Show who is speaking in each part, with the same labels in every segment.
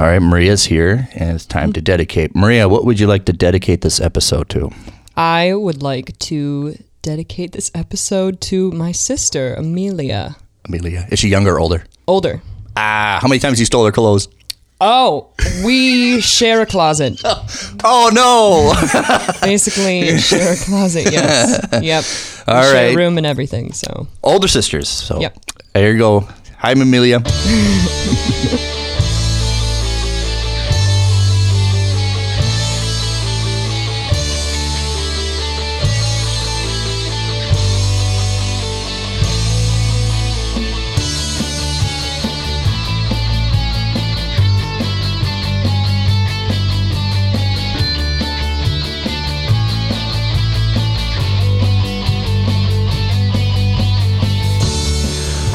Speaker 1: All right, Maria's here, and it's time to dedicate. Maria, what would you like to dedicate this episode to?
Speaker 2: I would like to dedicate this episode to my sister, Amelia.
Speaker 1: Amelia, is she younger or older?
Speaker 2: Older.
Speaker 1: Ah, how many times you stole her clothes?
Speaker 2: Oh, we share a closet.
Speaker 1: Oh no!
Speaker 2: Basically, share a closet, yes. Yep. We
Speaker 1: All
Speaker 2: share a
Speaker 1: right.
Speaker 2: room and everything, so.
Speaker 1: older sisters. So
Speaker 2: Yep.
Speaker 1: there you go. Hi, Amelia.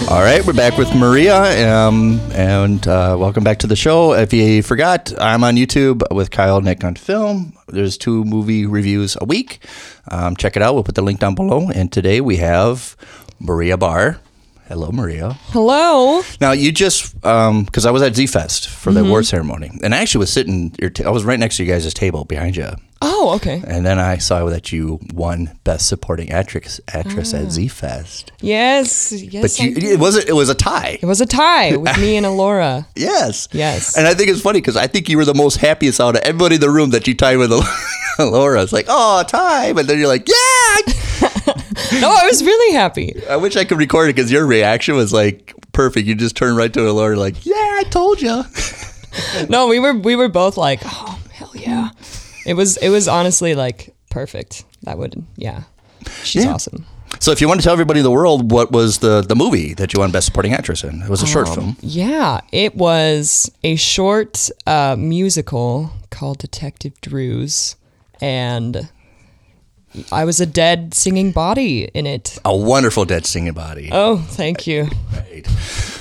Speaker 1: All right, we're back with Maria, um, and uh, welcome back to the show. If you forgot, I'm on YouTube with Kyle Nick on Film. There's two movie reviews a week. Um, check it out. We'll put the link down below. And today we have Maria Barr. Hello, Maria.
Speaker 2: Hello.
Speaker 1: Now you just because I was at Z Fest for the award ceremony, and I actually was sitting. Your t- I was right next to you guys' table behind you,
Speaker 2: Oh, okay.
Speaker 1: and then I saw that you won Best Supporting Actress actress at Z Fest.
Speaker 2: Yes, yes.
Speaker 1: But
Speaker 2: I
Speaker 1: you,
Speaker 2: did.
Speaker 1: it wasn't. It was a tie.
Speaker 2: it was a tie with me and Alora.
Speaker 1: Yes.
Speaker 2: Yes.
Speaker 1: And I think it's funny because I think you were the most happiest out of everybody in the room that you tied with Laura. It's like, oh, time. And then you're like, yeah. I-
Speaker 2: No, I was really happy.
Speaker 1: I wish I could record it because your reaction was like perfect. You just turned right to Laura, like, yeah, I told you.
Speaker 2: No, we were we were both like, oh hell yeah. It was it was honestly like perfect. That would yeah. She's
Speaker 1: Yeah.
Speaker 2: awesome.
Speaker 1: So if you want to tell everybody in the world what was the, the movie that you won Best Supporting Actress in, it was a short
Speaker 2: Um,
Speaker 1: film.
Speaker 2: Yeah, it was a short uh, musical called Detective Drews, and I was a dead singing body in it.
Speaker 1: A wonderful dead singing body.
Speaker 2: Oh, thank you.
Speaker 1: Right.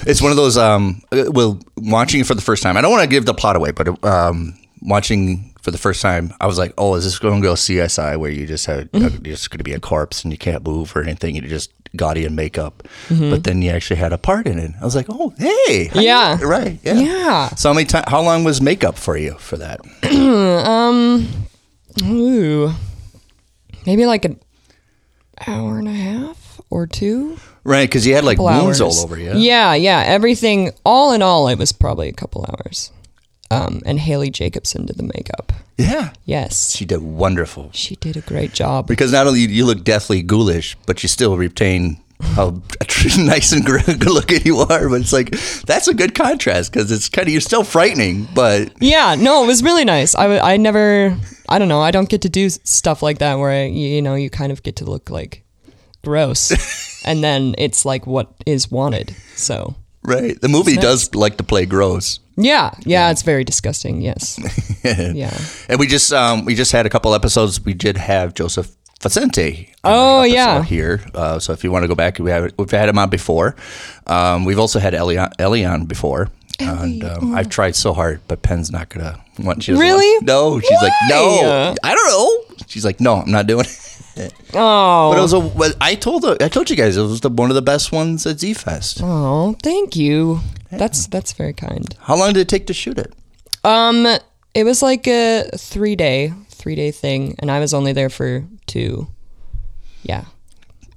Speaker 1: It's one of those. Um, uh, well, watching it for the first time, I don't want to give the plot away, but um, watching for the first time, I was like, "Oh, is this going to go CSI where you just have
Speaker 2: Mm-hmm.
Speaker 1: you're just going to be a corpse and you can't move or anything? You're just gaudy in makeup."
Speaker 2: Mm-hmm.
Speaker 1: But then you actually had a part in it. I was like, "Oh, hey, how you-
Speaker 2: Yeah.
Speaker 1: right, yeah."
Speaker 2: Yeah.
Speaker 1: So how many time, How long was makeup for you for that?
Speaker 2: Ooh, maybe like an hour and a half or two.
Speaker 1: Right, because you had like
Speaker 2: couple
Speaker 1: wounds
Speaker 2: hours.
Speaker 1: all over you.
Speaker 2: Yeah, yeah. Everything, all in all, it was probably a couple hours. Um, and Haley Jacobson did the makeup.
Speaker 1: yeah.
Speaker 2: Yes,
Speaker 1: She did wonderful.
Speaker 2: she did a great job.
Speaker 1: because not only you look deathly ghoulish, but you still retain how nice and gr- good looking you are. But it's like that's a good contrast because it's kind of you're still frightening, but
Speaker 2: Yeah, no, it was really nice. I, w- I never, I don't know, I don't get to do s- stuff like that where, I, you you know, you kind of get to look like gross. and then it's like what is wanted. So,
Speaker 1: right. The movie does like to play gross.
Speaker 2: yeah, yeah, it's very disgusting. Yes. yeah.
Speaker 1: And we just um, we just had a couple episodes. We did have Joseph Facente. on
Speaker 2: Oh,
Speaker 1: the episode
Speaker 2: yeah.
Speaker 1: here. Uh, so if you want to go back, we have we've had him on before. Um, we've also had Ellie on, Ellie on before. And um, I've tried so hard, but Penn's not gonna want. She doesn't
Speaker 2: oh. Really?
Speaker 1: Want, no, she's like, no, I don't know. She's like, no, I'm not doing it. But it
Speaker 2: Oh,
Speaker 1: was a. well, I told I told you guys it was the, one of the best ones at Z Fest.
Speaker 2: oh, thank you. That's, that's very kind.
Speaker 1: How long did it take to shoot it?
Speaker 2: Um, it was like a three day, three day thing. And I was only there for two. Yeah.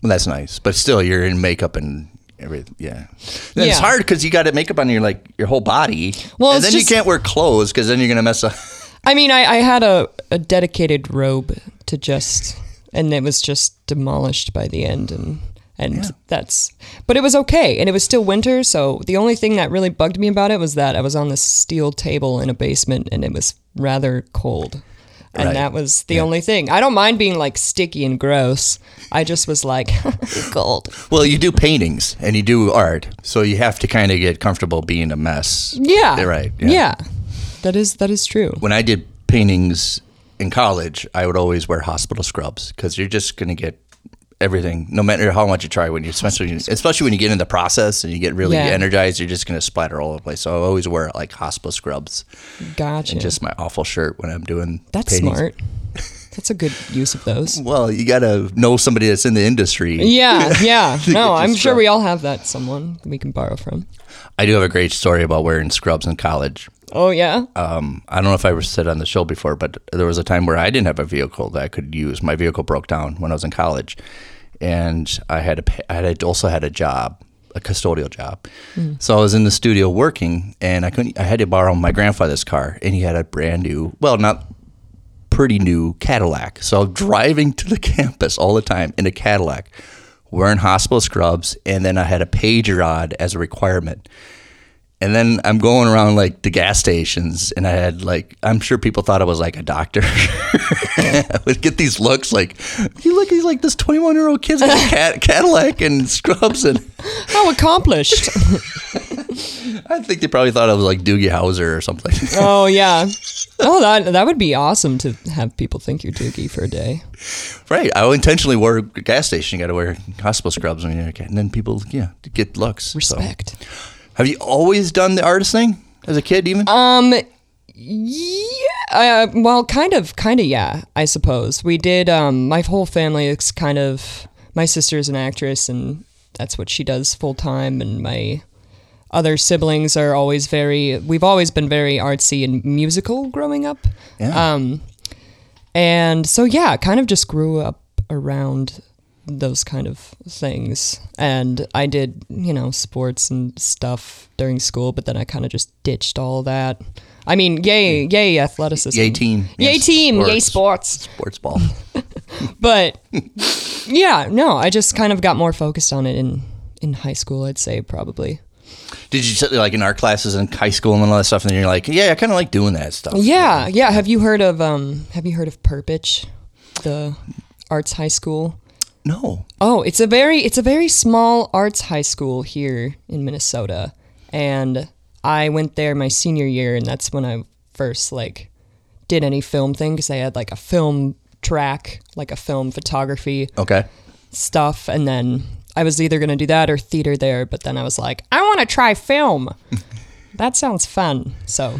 Speaker 1: Well, that's nice, but still, you're in makeup and everything. Yeah, Then it's
Speaker 2: Yeah.
Speaker 1: hard because you got to makeup on your like your whole body.
Speaker 2: Well,
Speaker 1: and
Speaker 2: it's
Speaker 1: then
Speaker 2: just-
Speaker 1: you can't wear clothes because then you're gonna mess up.
Speaker 2: I mean, I, I had a, a dedicated robe to just, and it was just demolished by the end. And, and that's, but it was okay. And it was still winter. So the only thing that really bugged me about it was that I was on this steel table in a basement and it was rather cold. And
Speaker 1: Right.
Speaker 2: that was the only thing. I don't mind being like sticky and gross. I just was like, cold.
Speaker 1: Well, you do paintings and you do art, so you have to kind of get comfortable being a mess.
Speaker 2: Yeah.
Speaker 1: You're right.
Speaker 2: Yeah. That is, that is true.
Speaker 1: When I did paintings in college, I would always wear hospital scrubs because you're just gonna get everything, no matter how much you try. When you especially especially when you get in the process and you get really
Speaker 2: Yeah.
Speaker 1: energized, you're just gonna splatter all over the place. So I always wear like hospital scrubs.
Speaker 2: Gotcha.
Speaker 1: and just my awful shirt when I'm doing.
Speaker 2: That's
Speaker 1: paintings.
Speaker 2: smart. That's a good use of those.
Speaker 1: Well, you gotta know somebody that's in the industry.
Speaker 2: Yeah, yeah. No, I'm
Speaker 1: just
Speaker 2: sure
Speaker 1: from-
Speaker 2: we all have that someone we can borrow from.
Speaker 1: I do have a great story about wearing scrubs in college.
Speaker 2: Oh yeah.
Speaker 1: um, I don't know if I ever said on the show before, but there was a time where I didn't have a vehicle that I could use. My vehicle broke down when I was in college, and I had a pa- I had also had a job, a custodial job. So I was in the studio working, and I couldn't. I had to borrow my grandfather's car, and he had a brand new, well, not pretty new Cadillac. So I'm driving to the campus all the time in a Cadillac, wearing hospital scrubs, and then I had a pager on as a requirement. And then I'm going around like the gas stations, and I had like I'm sure people thought I was like a doctor. I would get these looks like you look he's like this 21 year old kid's got a cat, Cadillac and scrubs, and
Speaker 2: How accomplished.
Speaker 1: I think they probably thought I was like Doogie Howser or something.
Speaker 2: oh yeah. Oh that that would be awesome to have people think you're Doogie for a day.
Speaker 1: Right. I intentionally wore a gas station. You got to wear hospital scrubs when you're a kid. And then people, yeah, get looks. So-
Speaker 2: Respect.
Speaker 1: Have you always done the artist thing as a kid, even?
Speaker 2: Um, Yeah, uh, well, kind of, kind of, yeah, I suppose. We did, um, my whole family is kind of, my sister's an actress and that's what she does full time. And my other siblings are always very, we've always been very artsy and musical growing up.
Speaker 1: yeah.
Speaker 2: um, And so, yeah, kind of just grew up around those kind of things. And I did, you know, sports and stuff during school, but then I kind of just ditched all that. I mean, yay, yay, athleticism.
Speaker 1: yay team.
Speaker 2: Yay
Speaker 1: Yes.
Speaker 2: team,
Speaker 1: Or
Speaker 2: yay
Speaker 1: s-
Speaker 2: sports.
Speaker 1: Sports ball.
Speaker 2: But yeah, no, I just kind of got more focused on it in in high school, I'd say probably.
Speaker 1: Did you sit there, like in art classes in high school and all that stuff? And then you're like, yeah, I kind of like doing that stuff.
Speaker 2: Yeah, yeah. Have you heard of um have you heard of Perpich, the arts high school?
Speaker 1: No.
Speaker 2: Oh, it's a very it's a very small arts high school here in Minnesota. And I went there my senior year and that's when I first like did any film thing cuz they had like a film track, like a film photography
Speaker 1: Okay.
Speaker 2: stuff and then I was either going to do that or theater there, but then I was like, I want to try film. that sounds fun. So,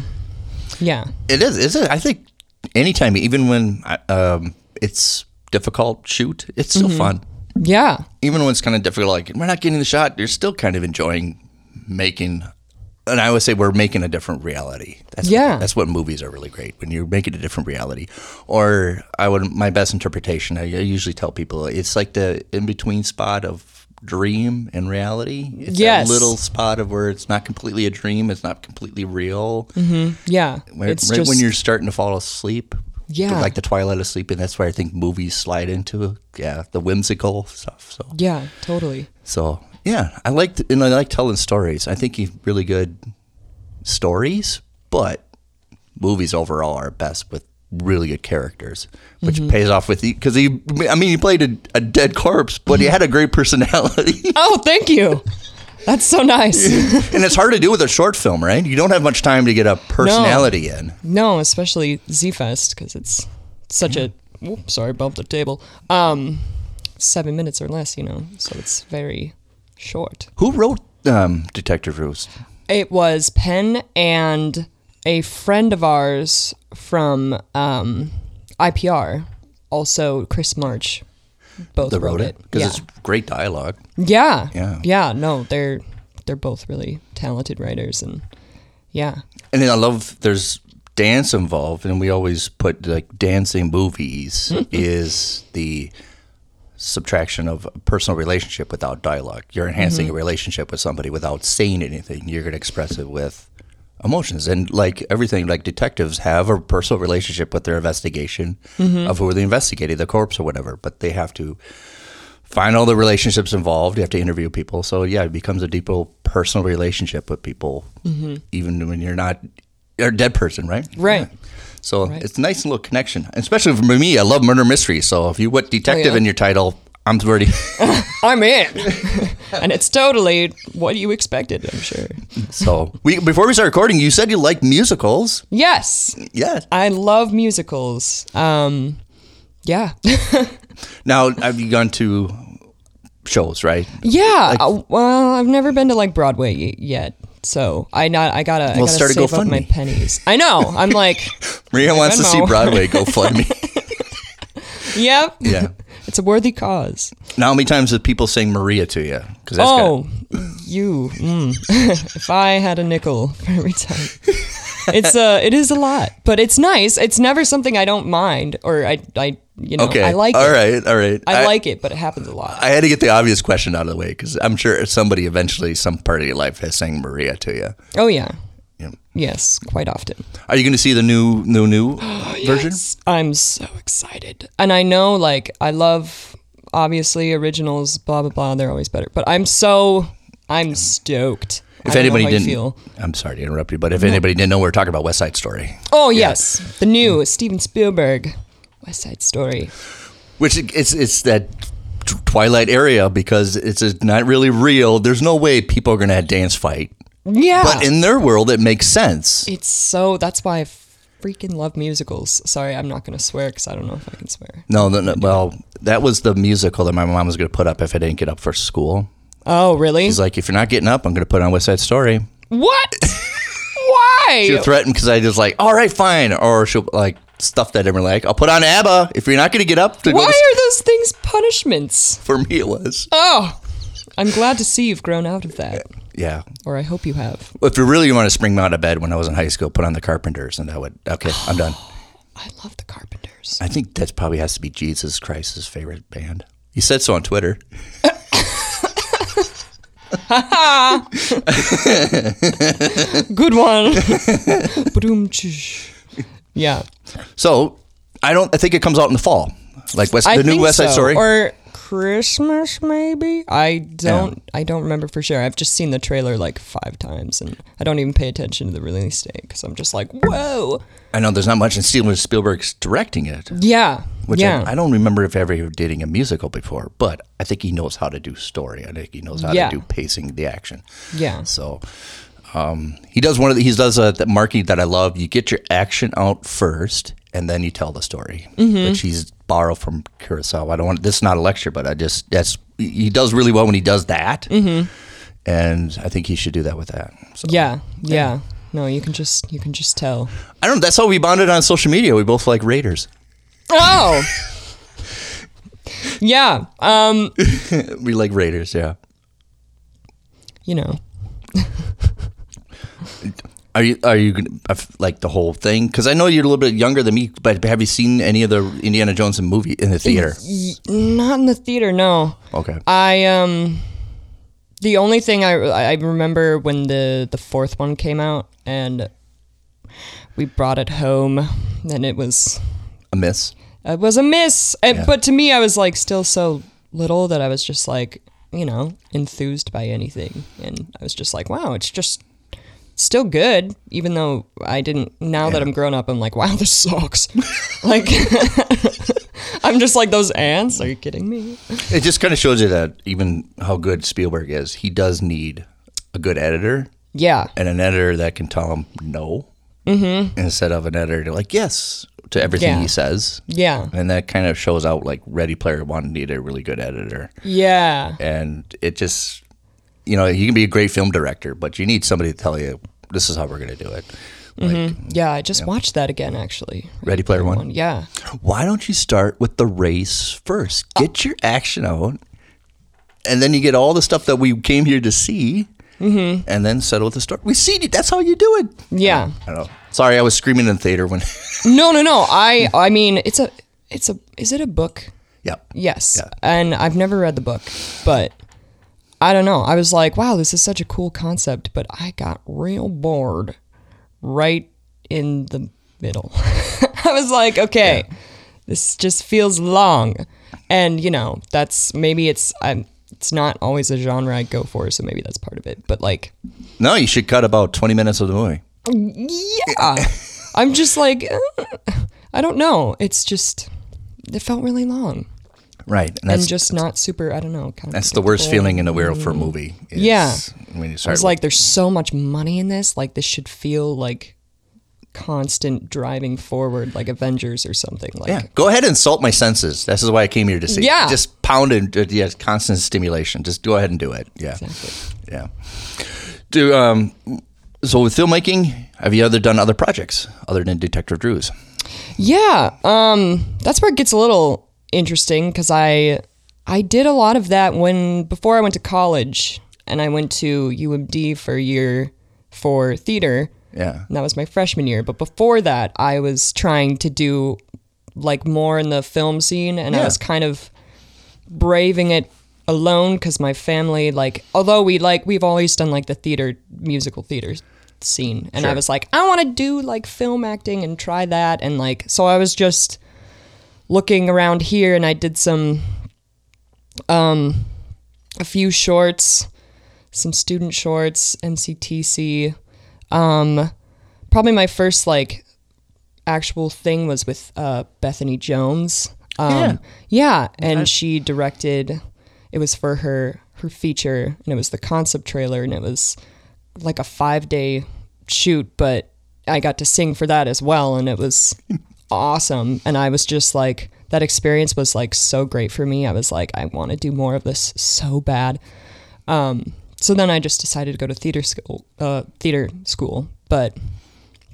Speaker 2: yeah.
Speaker 1: It is. Is it? I think anytime, even when I- um, it's difficult, shoot, it's still fun.
Speaker 2: Yeah.
Speaker 1: even when it's kind of difficult, like we're not getting the shot, you're still kind of enjoying making. And I always say we're making a different reality. That's
Speaker 2: Yeah.
Speaker 1: that's what movies are really great when you're making a different reality. Or I would my best interpretation. I, I usually tell people it's like the in between spot of dream and reality. It's that
Speaker 2: Yes.
Speaker 1: little spot of where it's not completely a dream. It's not completely real.
Speaker 2: Yeah.
Speaker 1: Right,
Speaker 2: Mm-hmm. it's
Speaker 1: right
Speaker 2: just,
Speaker 1: when you're starting to fall asleep.
Speaker 2: Yeah.
Speaker 1: Like the twilight of sleep, and that's where I think movies slide into. Yeah, the whimsical stuff. So
Speaker 2: yeah, totally.
Speaker 1: so yeah, I like and I like telling stories. I think he's really good stories, but movies overall are best with really good characters, which pays off with because he. I mean, he played a, a dead corpse, but he had a great personality,
Speaker 2: Oh, thank you. That's so nice.
Speaker 1: and it's hard to do with a short film, right? You don't have much time to get a personality in.
Speaker 2: no, especially Z Fest because it's such a. Whoop, sorry, bumped the table. Um, seven minutes or less, you know, so it's very short.
Speaker 1: Who wrote um, Detective Roost?
Speaker 2: It was Penn and a friend of ours from um, IPR, also Chris March, both
Speaker 1: That wrote it because
Speaker 2: Yeah.
Speaker 1: it's great dialogue.
Speaker 2: yeah,
Speaker 1: Yeah.
Speaker 2: yeah. No, they're they're both really talented writers, and yeah,
Speaker 1: And then I love there's dance involved, and we always put like dancing movies is the subtraction of a personal relationship without dialogue. You're enhancing a relationship with somebody without saying anything. You're going to express it with emotions and like everything like detectives have a personal relationship with their investigation of who they investigated the corpse or whatever but they have to find all the relationships involved. You have to interview people. So yeah, it becomes a deeper personal relationship with people, even when you're not you're a dead person, right?
Speaker 2: Right.
Speaker 1: Yeah. So it's a nice little connection, especially for me. I love murder mystery. So if you put detective
Speaker 2: Oh, yeah.
Speaker 1: in your title, I'm already.
Speaker 2: I'm in, and it's totally what you expected, I'm sure.
Speaker 1: so we before we start recording, you said you like musicals.
Speaker 2: Yes,
Speaker 1: Yeah.
Speaker 2: I love musicals. Um, yeah,
Speaker 1: Now have you gone to shows, right?
Speaker 2: Yeah. uh, well, I've never been to like Broadway y- yet, so I not I gotta, I
Speaker 1: Well,
Speaker 2: gotta
Speaker 1: start a
Speaker 2: save up
Speaker 1: GoFundMe.
Speaker 2: my pennies. I know. I'm like,
Speaker 1: Maria wants to see
Speaker 2: Venmo.
Speaker 1: Broadway. Go fund me.
Speaker 2: yep.
Speaker 1: Yeah.
Speaker 2: It's a worthy cause.
Speaker 1: Now, how many times have people sing Maria to you? Because
Speaker 2: oh, you. Mm. if I had a nickel for every time. it's uh it is a lot, but it's nice. It's never something I don't mind or I I you know
Speaker 1: Okay.
Speaker 2: I like
Speaker 1: All
Speaker 2: it.
Speaker 1: right. All right.
Speaker 2: I, like it, but it happens a lot.
Speaker 1: I had to get the obvious question out of the way because I'm sure somebody eventually, some part of your life, has sang Maria to you.
Speaker 2: oh yeah.
Speaker 1: Yeah.
Speaker 2: Yes, quite often.
Speaker 1: Are you going to see the new, new, new version?
Speaker 2: Yes. I'm so excited. And I know like I love obviously originals blah blah blah, they're always better. But I'm so I'm stoked. I
Speaker 1: If
Speaker 2: don't know
Speaker 1: anybody
Speaker 2: how you
Speaker 1: didn't,
Speaker 2: feel.
Speaker 1: I'm sorry to interrupt you, but if anybody didn't know, we are talking about West Side Story,
Speaker 2: Oh yes, the new Steven Spielberg West Side Story.
Speaker 1: which it's it's that t- Twilight area because it's it's not really real. There's no way people are going to dance fight,
Speaker 2: Yeah,
Speaker 1: but in their world, it makes sense.
Speaker 2: it's so. That's why I freaking love musicals. Sorry, I'm not gonna swear because I don't know if I can swear.
Speaker 1: No, no, no, well, that was the musical that my mom was going to put up if I didn't get up for school.
Speaker 2: Oh really?
Speaker 1: She's like, if you're not getting up, I'm going to put on West Side Story.
Speaker 2: what? why?
Speaker 1: She would threaten because I just like, all right, fine, or she'll like stuff that in her leg. I'll put on ABBA if you're not going to get up to
Speaker 2: why
Speaker 1: go. To-
Speaker 2: are those things punishments?
Speaker 1: for me, it was
Speaker 2: Oh, I'm glad to see you've grown out of that,
Speaker 1: yeah.
Speaker 2: or I hope you have.
Speaker 1: If you really want to spring me out of bed when I was in high school, put on the Carpenters, and that would okay. I'm done.
Speaker 2: I love the Carpenters.
Speaker 1: I think that probably has to be Jesus Christ's favorite band. He said so on Twitter.
Speaker 2: Good one. Ba-dum-tsh. yeah,
Speaker 1: So I don't. I think it comes out in the fall, like West,
Speaker 2: I
Speaker 1: the new
Speaker 2: think
Speaker 1: West Side
Speaker 2: so.
Speaker 1: Story.
Speaker 2: or Christmas maybe. I don't. I don't remember for sure. I've just seen the trailer like five times, and I don't even pay attention to the release date because I'm just like, whoa.
Speaker 1: I know there's not much, and Steven Spielberg's directing it,
Speaker 2: Yeah.
Speaker 1: which
Speaker 2: yeah.
Speaker 1: I, I don't remember if ever dating a musical before. But I think he knows how to do story. I think he knows how
Speaker 2: Yeah.
Speaker 1: to do pacing the action.
Speaker 2: yeah.
Speaker 1: So um, he does one of the, he does a the marquee that I love. You get your action out first, and then you tell the story, which he's borrowed from Kurosawa. I don't want this is not a lecture, but I just that's he does really well when he does that, mm-hmm. and I think he should do that with that. So
Speaker 2: Yeah. Yeah. No, you can just you can just tell.
Speaker 1: I don't. know. That's how we bonded on social media. We both like Raiders.
Speaker 2: Oh. yeah. Um.
Speaker 1: We like Raiders. Yeah.
Speaker 2: You know.
Speaker 1: Are you are you gonna, uh, like the whole thing? Because I know you're a little bit younger than me, but have you seen any of the Indiana Jones movie in the theater?
Speaker 2: Y- not in the theater. No.
Speaker 1: Okay.
Speaker 2: I um the only thing I I remember when the the fourth one came out and we brought it home and it was
Speaker 1: A miss.
Speaker 2: it was a miss And- but to me I was like still so little that I was just like you know enthused by anything and I was just like wow it's just still good even though I didn't now that I'm grown up I'm like wow this sucks like I'm just like those ants are you kidding me
Speaker 1: It just kind of shows you that even how good Spielberg is, he does need a good editor
Speaker 2: yeah
Speaker 1: and an editor that can tell him no mm-hmm. instead of an editor like yes to everything
Speaker 2: Yeah.
Speaker 1: he says.
Speaker 2: yeah
Speaker 1: And that kind of shows out like Ready Player One needed a really good editor.
Speaker 2: yeah
Speaker 1: And it just, you know, you can be a great film director, but you need somebody to tell you this is how we're going to do it. Like
Speaker 2: Yeah, I just watched that again actually.
Speaker 1: Ready Player One.
Speaker 2: Yeah.
Speaker 1: Why don't you start with the race first? Get your action out, and then you get all the stuff that we came here to see,
Speaker 2: Mm-hmm.
Speaker 1: and then settle with the story. We see it. That's how you do it.
Speaker 2: Yeah.
Speaker 1: I don't know. Sorry, I was screaming in theater when.
Speaker 2: No, no, no. I I mean, it's a it's a is it a book?
Speaker 1: yeah.
Speaker 2: Yes.
Speaker 1: Yeah.
Speaker 2: And I've never read the book, but I don't know. I was like, wow, this is such a cool concept, but I got real bored right in the middle. I was like, okay, this just feels long. And, you know, that's maybe it's I'm it's not always a genre I go for, so maybe that's part of it. But like
Speaker 1: No, you should cut about twenty minutes of the movie.
Speaker 2: yeah i'm just like "Uh, i don't know it's just it felt really long
Speaker 1: Right, and that's
Speaker 2: and just not super i don't know kind
Speaker 1: that's the worst feeling in the world for a movie. is
Speaker 2: Yeah.
Speaker 1: When you
Speaker 2: i
Speaker 1: start
Speaker 2: was like there's so much money in this like this should feel like constant driving forward like avengers or something like
Speaker 1: Yeah, go ahead and insult my senses. This is why I came here to see.
Speaker 2: Yeah.
Speaker 1: just pound and uh, yes, constant stimulation. Just go ahead and do it. Yeah, yeah. Do um. So with filmmaking, have you other done other projects other than Detective Drews?
Speaker 2: Yeah, um, that's where it gets a little interesting because I I did a lot of that when before I went to college and I went to UMD for a year for theater
Speaker 1: Yeah.
Speaker 2: and that was my freshman year. But before that, I was trying to do like more in the film scene, and I
Speaker 1: Yeah.
Speaker 2: was kind of braving it alone because my family, like, although we like we've always done like the theater musical theater scene, and I
Speaker 1: Sure.
Speaker 2: was like, I want to do like film acting and try that, and like, so I was just looking around here, and I did some, um, a few shorts. Some student shorts, MCTC, um, probably my first like actual thing was with uh, Bethany Jones. Um,
Speaker 1: Yeah.
Speaker 2: yeah. and she directed. It was for her her feature, and it was the concept trailer, and it was like a five day shoot, but I got to sing for that as well, and it was awesome. And I was just like, that experience was like so great for me. I was like, I want to do more of this so bad. Um, so then I just decided to go to theater school, uh, theater school, but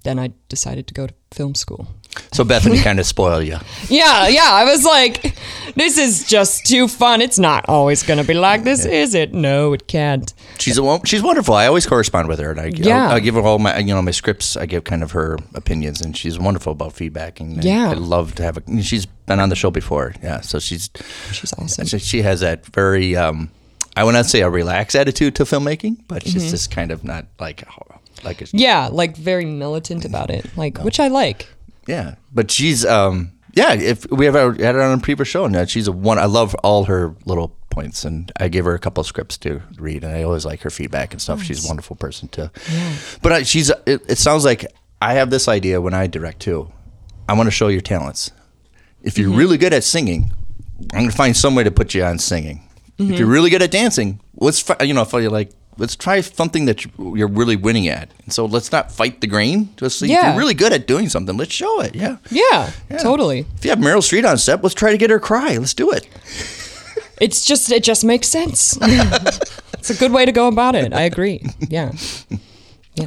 Speaker 2: then I decided to go to film school.
Speaker 1: So Bethany kind of spoiled you.
Speaker 2: Yeah, yeah. I was like, this is just too fun. It's not always going to be like this, is it? No, it can't.
Speaker 1: She's a, wo- she's wonderful. I always correspond with her, and I
Speaker 2: Yeah.
Speaker 1: I, give her all my you know my scripts. I give kind of her opinions, and she's wonderful about feedback. And I-
Speaker 2: Yeah.
Speaker 1: I love to have. A, she's been on the show before, yeah. So she's
Speaker 2: She's awesome.
Speaker 1: she- she has that very um, I would not say a relaxed attitude to filmmaking, but she's just kind of not like like a,
Speaker 2: Yeah, like very militant about it, like which I like.
Speaker 1: Yeah, but she's um yeah. If we have uh, had her on a previous show, and uh, she's a one. I love all her little points, and I give her a couple scripts to read, and I always like her feedback and stuff. She's a wonderful person too. But I, she's. uh, It, it sounds like I have this idea when I direct too. I want to show your talents. If you're really good at singing, I'm gonna find some way to put you on singing. If you're really good at dancing, let's fi- you know if you're like let's try something that you- you're really winning at. And so let's not fight the grain. Just so if
Speaker 2: Yeah.
Speaker 1: you're really good at doing something, let's show it. Yeah.
Speaker 2: Yeah,
Speaker 1: Yeah.
Speaker 2: totally.
Speaker 1: If you have Meryl Streep on set, let's try to get her to cry. Let's do it.
Speaker 2: It's just it just makes sense. it's a good way to go about it. I agree. Yeah.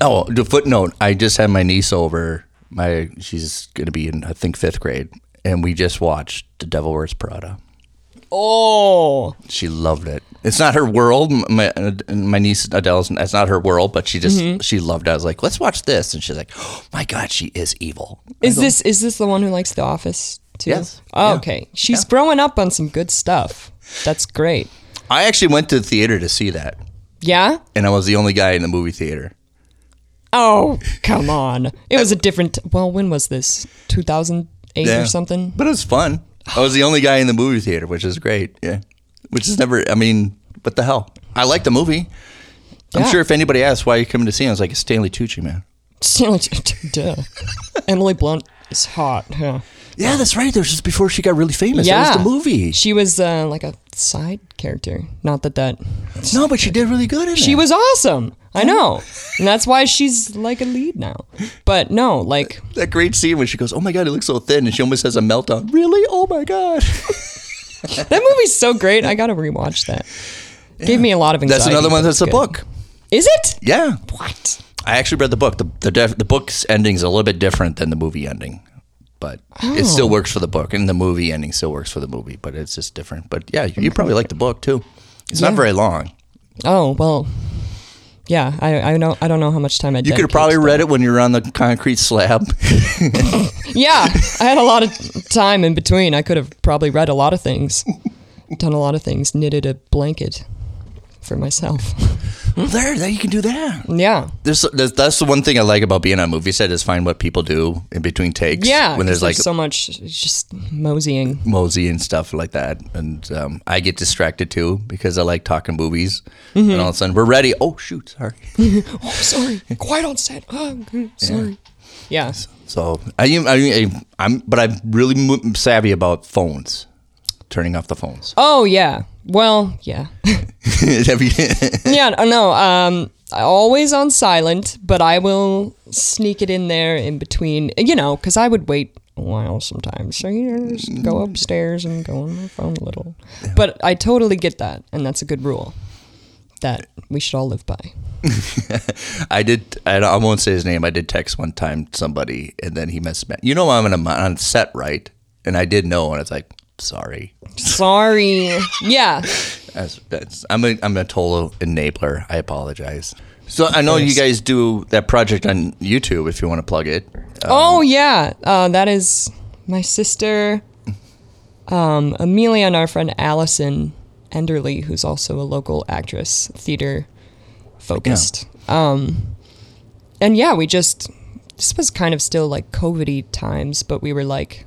Speaker 1: Oh, the footnote. I just had my niece over. My she's gonna be in I think fifth grade, and we just watched The Devil Wears Prada.
Speaker 2: Oh,
Speaker 1: She loved it. It's not her world. My uh, my niece Adele's. That's not her world, but she just she loved it. I was like, let's watch this, and she's like, oh my god, she is evil.
Speaker 2: is this is this the one who likes The Office too?
Speaker 1: Yes.
Speaker 2: Oh,
Speaker 1: Yeah.
Speaker 2: Okay, she's growing up on some good stuff. That's great.
Speaker 1: I actually went to the theater to see that,
Speaker 2: Yeah.
Speaker 1: and I was the only guy in the movie theater.
Speaker 2: Oh, come on. It was a different. Well, when was this? Two thousand eight
Speaker 1: Yeah.
Speaker 2: or something.
Speaker 1: But it was fun. I was the only guy in the movie theater, which is great. Yeah. Which is never, I mean, what the hell? I like the movie. I'm
Speaker 2: Yeah.
Speaker 1: sure if anybody asks why you coming to see it, I was like, it's Stanley Tucci, man.
Speaker 2: Duh. Emily Blunt is hot. Yeah.
Speaker 1: Yeah, that's right. There was just before she got really famous.
Speaker 2: Yeah.
Speaker 1: That was the movie.
Speaker 2: She was uh, like a side character. Not that that.
Speaker 1: No, but she did really good in it.
Speaker 2: She was awesome. I know. And that's why she's like a lead now. But no, like,
Speaker 1: That great scene when she goes, oh my God, he looks so thin. And she almost has a meltdown. Really? Oh my God.
Speaker 2: that movie's so great. I got to rewatch that. Gave me a lot of anxiety.
Speaker 1: That's another one
Speaker 2: but
Speaker 1: that's
Speaker 2: it's
Speaker 1: a book.
Speaker 2: good. Is it?
Speaker 1: Yeah.
Speaker 2: What?
Speaker 1: I actually read the book. The the, def- the book's ending is a little bit different than the movie ending, but it
Speaker 2: Oh.
Speaker 1: still works for the book, and the movie ending still works for the movie, but it's just different. But yeah, you, you
Speaker 2: Mm.
Speaker 1: probably like the book too. It's not very long.
Speaker 2: Oh, well. Yeah, I, I know I don't know how much time I
Speaker 1: You could have probably read it when you were on the concrete slab.
Speaker 2: Mm-hmm. Yeah, I had a lot of time in between. I could have probably read a lot of things, done a lot of things, knitted a blanket for myself.
Speaker 1: there, there, you can do that.
Speaker 2: Yeah.
Speaker 1: There's, there's, that's the one thing I like about being on movie set is find what people do in between takes.
Speaker 2: Yeah.
Speaker 1: when
Speaker 2: 'cause
Speaker 1: there's like
Speaker 2: so much it's just moseying.
Speaker 1: mosey and stuff like that. And um, I get distracted too because I like talking movies.
Speaker 2: Mm-hmm.
Speaker 1: And all of a sudden, we're ready. Oh, shoot. Sorry.
Speaker 2: Oh, sorry. Quiet on set. Oh, sorry. Yeah.
Speaker 1: So I, am- I, am- I'm, but I'm really mo- savvy about phones, turning off the phones.
Speaker 2: Oh, yeah. Well, yeah.
Speaker 1: Have you-
Speaker 2: yeah, no, no. Um, I always on silent, but I will sneak it in there in between, you know, because I would wait a while sometimes. So, you know, just go upstairs and go on my phone a little. But I totally get that. And that's a good rule that we should all live by.
Speaker 1: I did. I, don't- I won't say his name. I did text one time somebody, and then he messed me. You know, I'm on a, mon- on set, right? And I did know, and it's like, sorry.
Speaker 2: Sorry. yeah.
Speaker 1: That's, that's, I'm a I'm a total enabler. I apologize. So I know you guys do that project on YouTube if you want to plug it.
Speaker 2: oh yeah, uh, that is my sister, um, Amelia, and our friend Allison Enderly, who's also a local actress, theater focused. Um, and yeah, we just this was kind of still like COVID times, but we were like.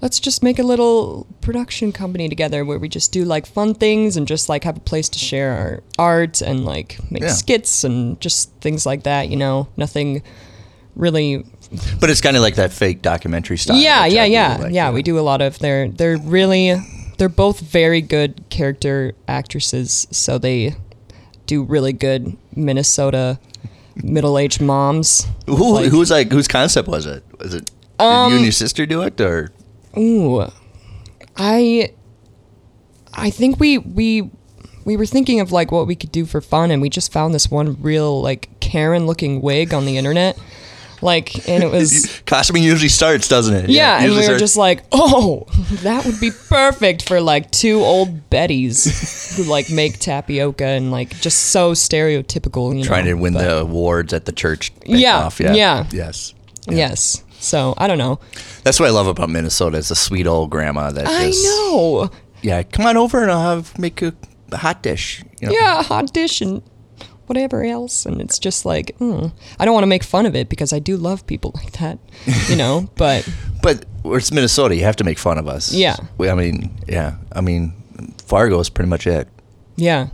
Speaker 2: Let's just make a little production company together where we just do like fun things and just like have a place to share our art and like make
Speaker 1: Yeah.
Speaker 2: skits and just things like that, you know. Nothing really
Speaker 1: But it's kind of like that fake documentary style.
Speaker 2: yeah,
Speaker 1: which I
Speaker 2: yeah,
Speaker 1: really
Speaker 2: yeah,
Speaker 1: like.
Speaker 2: yeah. We do a lot of they're they're really they're both very good character actresses, so they do really good Minnesota middle aged moms.
Speaker 1: Who, who's like whose concept was it? Was it did you
Speaker 2: Um,
Speaker 1: and your sister do it or
Speaker 2: Ooh, I I think we we we were thinking of like what we could do for fun, and we just found this one real like Karen looking wig on the internet, like, and it was.
Speaker 1: costuming usually starts, doesn't it?
Speaker 2: Yeah, and
Speaker 1: usually
Speaker 2: we were
Speaker 1: starts-
Speaker 2: just like, oh, that would be perfect for like two old Bettys who like make tapioca and like just so stereotypical. You
Speaker 1: trying
Speaker 2: know,
Speaker 1: to win
Speaker 2: but-
Speaker 1: the awards at the church. Bake
Speaker 2: Yeah,
Speaker 1: Off, Yeah.
Speaker 2: yeah.
Speaker 1: Yes.
Speaker 2: Yes. So I don't know.
Speaker 1: That's what I love about Minnesota. It's a sweet old grandma that
Speaker 2: I
Speaker 1: just
Speaker 2: know.
Speaker 1: Yeah, come on over and I'll have make a hot dish. you know?
Speaker 2: Yeah, hot dish and whatever else, and it's just like, mm. I don't want to make fun of it because I do love people like that, you know. But
Speaker 1: But it's Minnesota, you have to make fun of us.
Speaker 2: Yeah.
Speaker 1: We, I mean, yeah. I mean Fargo is pretty much it.
Speaker 2: yeah,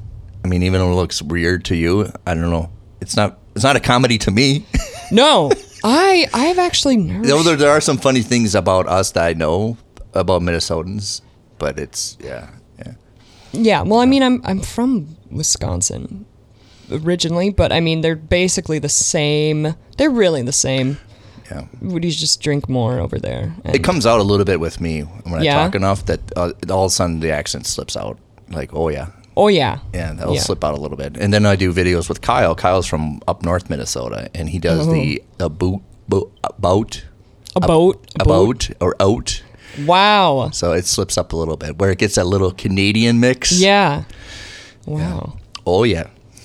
Speaker 1: I mean, even though it looks weird to you, I don't know. It's not it's not a comedy to me.
Speaker 2: no, I I've actually never.
Speaker 1: Though there, there are some funny things about us that I know about Minnesotans, but it's yeah, yeah.
Speaker 2: Yeah, well, I mean, I'm I'm from Wisconsin originally, but I mean, they're basically the same. They're really the same.
Speaker 1: yeah.
Speaker 2: Would you just drink more over there? And-
Speaker 1: It comes out a little bit with me when
Speaker 2: Yeah?
Speaker 1: I talk enough that uh, all of a sudden the accent slips out. Like, oh yeah,
Speaker 2: oh yeah,
Speaker 1: yeah, that'll
Speaker 2: Yeah.
Speaker 1: slip out a little bit. And then I do videos with Kyle. Kyle's from up north Minnesota, and he does
Speaker 2: Oh.
Speaker 1: the a boot, boot boat
Speaker 2: a boat, a
Speaker 1: about
Speaker 2: boat.
Speaker 1: or out.
Speaker 2: Wow.
Speaker 1: So it slips up a little bit where it gets that little Canadian mix.
Speaker 2: Yeah. Wow.
Speaker 1: Oh yeah.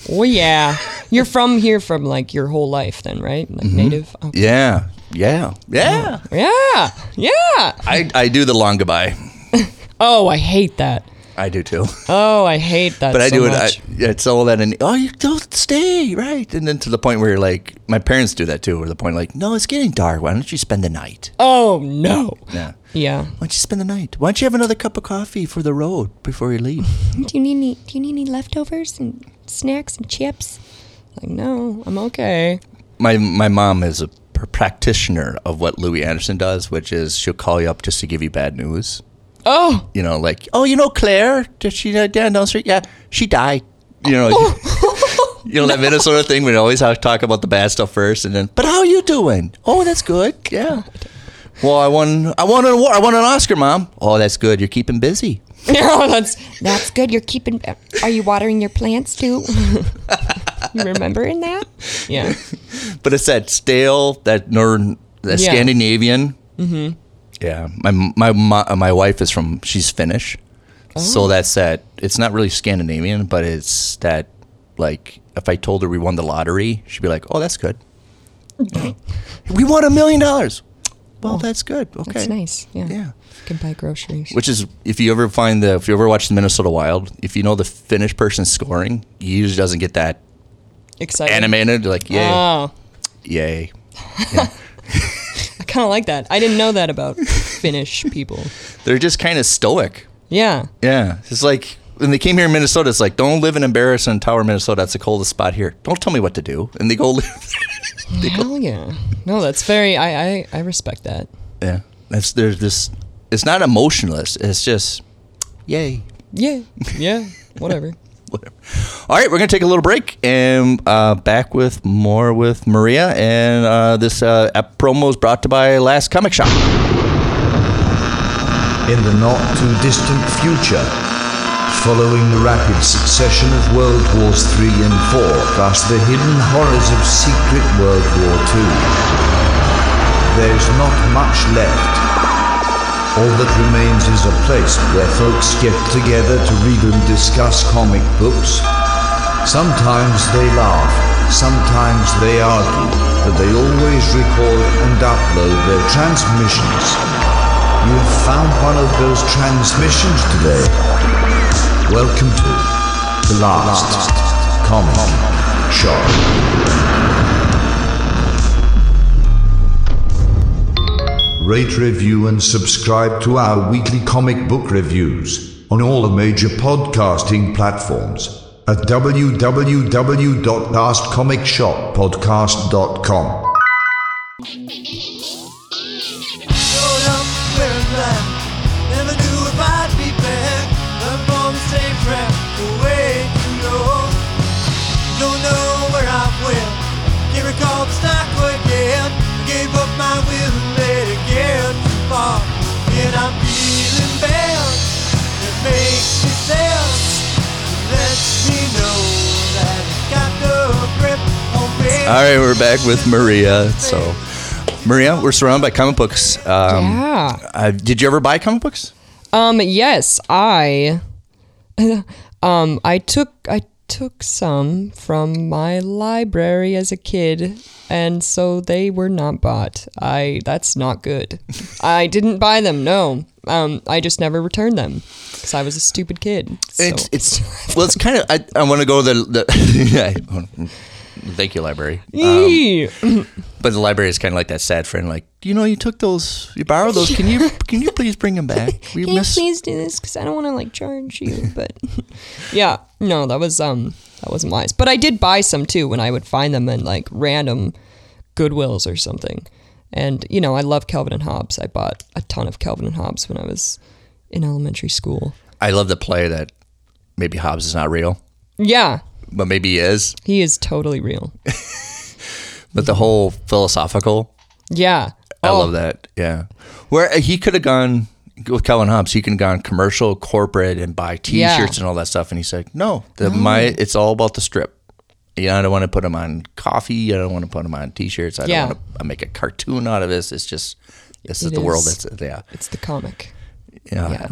Speaker 2: Oh yeah. You're from here from like your whole life, then, right? Like
Speaker 1: Mm-hmm.
Speaker 2: native. Oh,
Speaker 1: Yeah. Yeah. Yeah.
Speaker 2: yeah. Yeah.
Speaker 1: I, I do the long goodbye.
Speaker 2: Oh, I hate that.
Speaker 1: I do too.
Speaker 2: Oh, I hate that.
Speaker 1: But I
Speaker 2: so
Speaker 1: do it. I,
Speaker 2: much.
Speaker 1: yeah, it's all that, and oh, you don't stay, right? And then to the point where you're like, my parents do that too, where the point like, no, it's getting dark. Why don't you spend the night?
Speaker 2: oh no.
Speaker 1: Yeah.
Speaker 2: Yeah.
Speaker 1: Why don't you spend the night? Why don't you have another cup of coffee for the road before you leave?
Speaker 3: Do you need any, do you need any leftovers and snacks and chips?
Speaker 2: Like no, I'm okay.
Speaker 1: my my mom is a pr- practitioner of what Louis Anderson does, which is she'll call you up just to give you bad news.
Speaker 2: Oh.
Speaker 1: You know, like, oh, you know, Claire, did she uh, down the street? Yeah, she died. Oh. You know. You know that Minnesota thing we always have to talk about the bad stuff first, and then. But how you doing? Oh, that's good. Yeah. Well, I won. I won an award. I won an Oscar, mom. Oh, that's good. You're keeping busy.
Speaker 2: No, that's
Speaker 3: That's good. You're keeping. Are you watering your plants too? you remembering that?
Speaker 2: yeah.
Speaker 1: But it's that stale, that nor that
Speaker 2: Yeah.
Speaker 1: Scandinavian. Mm-hmm. Yeah, my my mo- my wife is from. She's Finnish,
Speaker 2: Oh.
Speaker 1: so that's that. It's not really Scandinavian, but it's that. Like, if I told her we won the lottery, she'd be like, "Oh, that's good. we won a million dollars. Well, that's good. Okay,
Speaker 2: Oh, That's nice. Yeah.
Speaker 1: Yeah."
Speaker 2: can buy groceries.
Speaker 1: Which is, if you ever find the, if you ever watch the Minnesota Wild, if you know the Finnish person scoring, he usually doesn't get that
Speaker 2: Exciting.
Speaker 1: animated, like yay,
Speaker 2: Oh,
Speaker 1: yay.
Speaker 2: I kind of like that. I didn't know that about Finnish people.
Speaker 1: They're just kind of stoic.
Speaker 2: Yeah.
Speaker 1: Yeah, it's like when they came here in Minnesota. It's like don't live in embarrassment, Tower, Minnesota. That's the coldest spot here. Don't tell me what to do. And they go live.
Speaker 2: Hell yeah. No, that's very. I I, I respect that.
Speaker 1: yeah, that's there's this. It's not emotionless. It's just yay.
Speaker 2: Yeah. Yeah. Whatever.
Speaker 1: Whatever. All right, we're gonna take a little break and uh, back with more with Maria. And uh, this uh, ep- promo is brought to you by Last Comic Shop.
Speaker 4: In the not too distant future, following the rapid succession of World Wars III and IV, plus the hidden horrors of secret World War II, there's not much left. All that remains is a place where folks get together to read and discuss comic books, Sometimes they laugh, sometimes they argue, but they always record and upload their transmissions. You've found one of those transmissions today. Welcome to the last comic shop. Rate, review, and subscribe to our weekly comic book reviews on all the major podcasting platforms at www.lastcomicshoppodcast.com.
Speaker 1: All right, we're back with Maria. So, Maria, we're surrounded by comic books. Um,
Speaker 2: Yeah.
Speaker 1: uh, did you ever buy comic books?
Speaker 2: Um. Yes, I. um. I took I took some from my library as a kid, and so they were not bought. I. That's not good. I didn't buy them. No. Um. I just never returned them because I was a stupid kid. So.
Speaker 1: It's it's well, it's kind of. I, I want to go the the. yeah. Thank you, library.
Speaker 2: Eee.
Speaker 1: But the library is kind of like that sad friend. Like you know, you took those, you borrowed those. Can you can you please bring them back? We
Speaker 3: Can you
Speaker 1: miss.
Speaker 3: please do this? Because I don't want to like charge you, but
Speaker 2: yeah. No, that was um. That wasn't wise. But I did buy some too when I would find them in like random Goodwills or something. And you know, I love Calvin and Hobbes. I bought a ton of Calvin and Hobbes when I was in elementary school.
Speaker 1: I love the play that maybe Hobbes is not real,
Speaker 2: Yeah,
Speaker 1: but maybe he is.
Speaker 2: he is totally real.
Speaker 1: But the whole philosophical,
Speaker 2: Yeah.
Speaker 1: I
Speaker 2: Oh,
Speaker 1: love that. Yeah, where uh, he could have gone with Calvin Hobbes, he could have gone commercial, corporate, and buy T-shirts and all that stuff. And he's like, no, the, my it's all about the strip. You know, I don't want to put them on coffee. I don't want to put them on T-shirts. I
Speaker 2: Yeah.
Speaker 1: don't want to make a cartoon out of this. It's just this is
Speaker 2: It
Speaker 1: the world.
Speaker 2: is.
Speaker 1: That's yeah,
Speaker 2: It's the comic.
Speaker 1: yeah.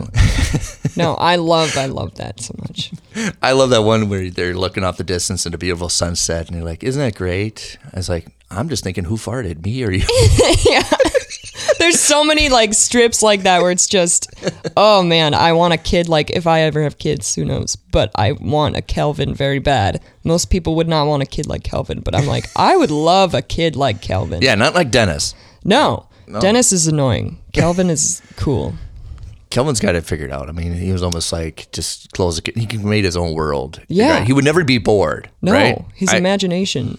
Speaker 2: No, I love I love that so much.
Speaker 1: I love that one where they're looking off the distance at a beautiful sunset, and you're like, "Isn't that great?" I was like, "I'm just thinking, who farted, me or you?"
Speaker 2: There's so many like strips like that where it's just oh man, I want a kid like if I ever have kids, who knows, but I want a Kelvin very bad. Most people would not want a kid like Kelvin, but I'm like I would love a kid like Kelvin.
Speaker 1: yeah, not like Dennis.
Speaker 2: No. Dennis is annoying. Kelvin is cool.
Speaker 1: Kelvin's got it figured out. I mean, he was almost like just close. the- He made his own world.
Speaker 2: Yeah.
Speaker 1: he would never be bored.
Speaker 2: No,
Speaker 1: right?
Speaker 2: his
Speaker 1: I,
Speaker 2: imagination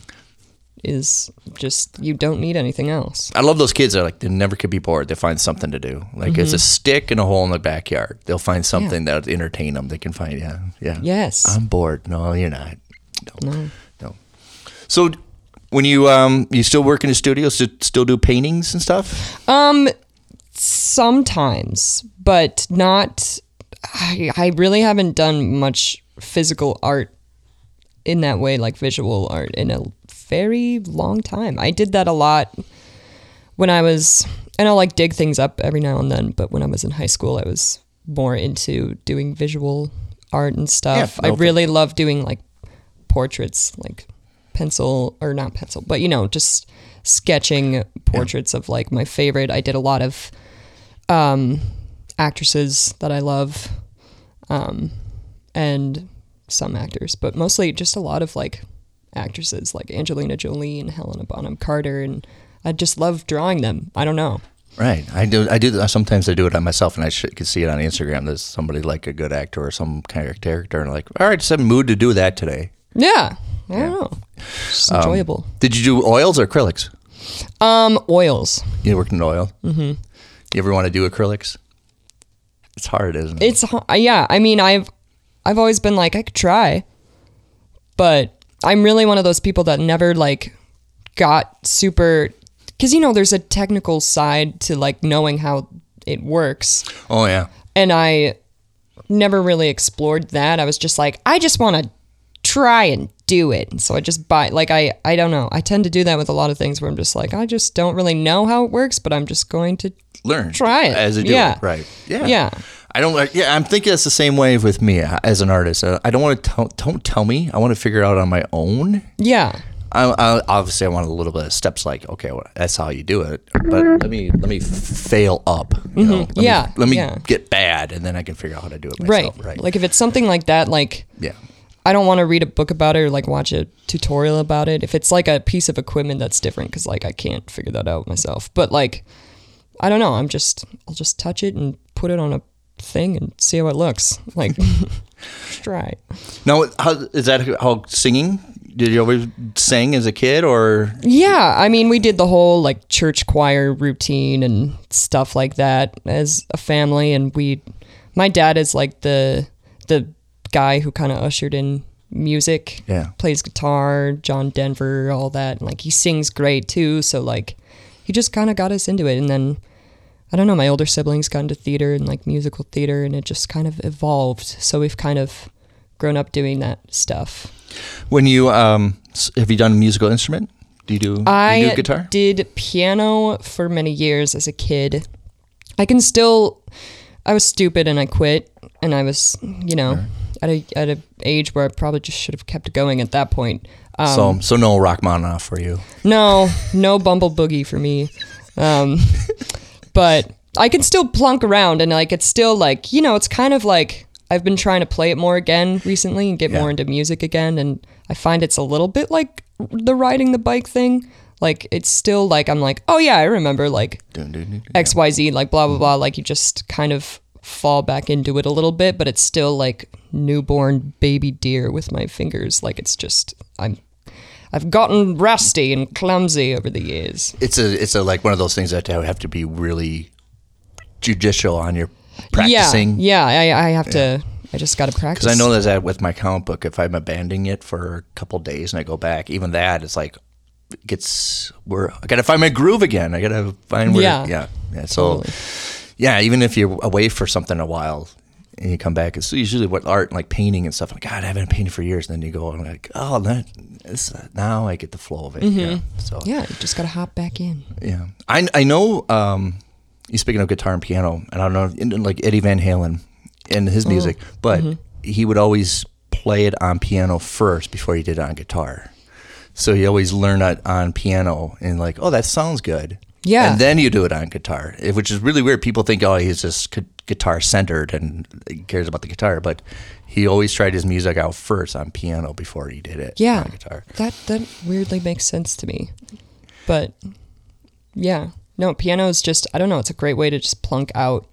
Speaker 2: is just you don't need anything else.
Speaker 1: I love those kids. They're like they never could be bored. They find something to do. Like
Speaker 2: Mm-hmm.
Speaker 1: it's a stick and a hole in the backyard. They'll find something that'll entertain them. They can find yeah, yeah.
Speaker 2: Yes.
Speaker 1: I'm bored. No, you're not. No, no. So when you um you still work in a studio, st- still do paintings and stuff?
Speaker 2: Um, sometimes, but not. I, I really haven't done much physical art in that way, like visual art, in a very long time. I did that a lot when I was, and I'll like dig things up every now and then, but when I was in high school, I was more into doing visual art and stuff.
Speaker 1: Yeah,
Speaker 2: I
Speaker 1: no, for-
Speaker 2: really love doing like portraits, like pencil or not pencil, but you know, just sketching portraits of like my favorite. I did a lot of um, actresses that I love, um, and some actors, but mostly just a lot of like actresses like Angelina Jolie and Helena Bonham Carter, and I just love drawing them. I don't know.
Speaker 1: Right. I do. I do. Sometimes I do it on myself, and I sh- can see it on Instagram. There's somebody like a good actor or some kind of character, and like, all right, just have a mood to do that today.
Speaker 2: Yeah, I don't know. It's enjoyable.
Speaker 1: Did you do oils or acrylics?
Speaker 2: Um, oils.
Speaker 1: You worked in oil. Mm-hmm. You ever want to do acrylics? It's hard, isn't it?
Speaker 2: It's h- yeah. I mean, I've I've always been like I could try, but I'm really one of those people that never like got super because you know there's a technical side to like knowing how it works,
Speaker 1: oh yeah.
Speaker 2: and I never really explored that. I was just like I just want to try and do it. And so I just buy like I I don't know. I tend to do that with a lot of things where I'm just like I just don't really know how it works, but I'm just going to
Speaker 1: Learn.
Speaker 2: Try it.
Speaker 1: As a doer.
Speaker 2: Yeah.
Speaker 1: Right. Yeah.
Speaker 2: Yeah.
Speaker 1: I don't like, yeah, I'm thinking that's the same way with me uh, as an artist. Uh, I don't want to tell, don't tell me. I want to figure it out on my own.
Speaker 2: yeah.
Speaker 1: I, I, obviously, I want a little bit of steps. Like, okay, well, that's how you do it. But let me let me fail up. You know? Let me-
Speaker 2: Mm-hmm. Yeah,
Speaker 1: let me
Speaker 2: yeah.
Speaker 1: get bad, and then I can figure out how to do it
Speaker 2: Right.
Speaker 1: myself. Right.
Speaker 2: Like if it's something like that like
Speaker 1: yeah.
Speaker 2: I don't want to read a book about it or like watch a tutorial about it. If it's like a piece of equipment that's different cuz like I can't figure that out myself. But like I don't know, I'm just I'll just touch it and put it on a thing and see how it looks. Like try.
Speaker 1: Now, how is that? How singing? Did you always sing as a kid, or
Speaker 2: Yeah, I mean, we did the whole like church choir routine and stuff like that as a family, and we, my dad is like the the guy who kind of ushered in music.
Speaker 1: Yeah.
Speaker 2: plays guitar, John Denver, all that, and like he sings great too. So like, he just kind of got us into it, and then I don't know, my older siblings got into theater and like musical theater, and it just kind of evolved. So we've kind of grown up doing that stuff.
Speaker 1: when you um s- have you done a musical instrument? Do you do?
Speaker 2: I
Speaker 1: you do guitar.
Speaker 2: did piano for many years as a kid. I can still. I was stupid and I quit, and I was, you know, at a at a age where I probably just should have kept going at that point. Um,
Speaker 1: so so no Rachmaninoff for you.
Speaker 2: no, no bumble boogie for me. Um, but I can still plunk around and like it's still like you know it's kind of like I've been trying to play it more again recently and get
Speaker 1: Yeah.
Speaker 2: more into music again and I find it's a little bit like the riding the bike thing. Like it's still like I'm like oh yeah I remember like
Speaker 1: Dun, dun, dun, dun.
Speaker 2: X Y Z like blah blah blah like you just kind of fall back into it a little bit but it's still like newborn baby deer with my fingers like it's just I'm I've gotten rusty and clumsy over the years.
Speaker 1: It's a it's a like one of those things that you have to be really judicial on your practicing.
Speaker 2: Yeah, yeah, I, I have to. I just got to practice.
Speaker 1: Because I know that that with my comic book, if I'm abandoning it for a couple days and I go back, even that, it's like it gets where I gotta find my groove again. I gotta find where,
Speaker 2: Yeah.
Speaker 1: yeah, yeah. so,
Speaker 2: Totally.
Speaker 1: yeah, even if you're away for something a while and you come back, it's usually what art like painting and stuff. Like God, I haven't painted for years, and then you go and like, oh, that, this, now I get the flow of it.
Speaker 2: Mm-hmm.
Speaker 1: Yeah. So
Speaker 2: Yeah, you just got to hop back in.
Speaker 1: yeah, I I know. Um, you speaking of guitar and piano, and I don't know, and, and, like Eddie Van Halen and his
Speaker 2: Mm-hmm.
Speaker 1: music, but he would always play it on piano first before he did it on guitar. So he always learned it on piano and like, oh, that sounds good.
Speaker 2: Yeah.
Speaker 1: and then you do it on guitar, eh, which is really weird. People think, oh, he's just gu- guitar centered and he cares about the guitar, but he always tried his music out first on piano before he did it.
Speaker 2: Yeah,
Speaker 1: on guitar.
Speaker 2: that that weirdly makes sense to me, but yeah, no, piano is just I don't know. It's a great way to just plunk out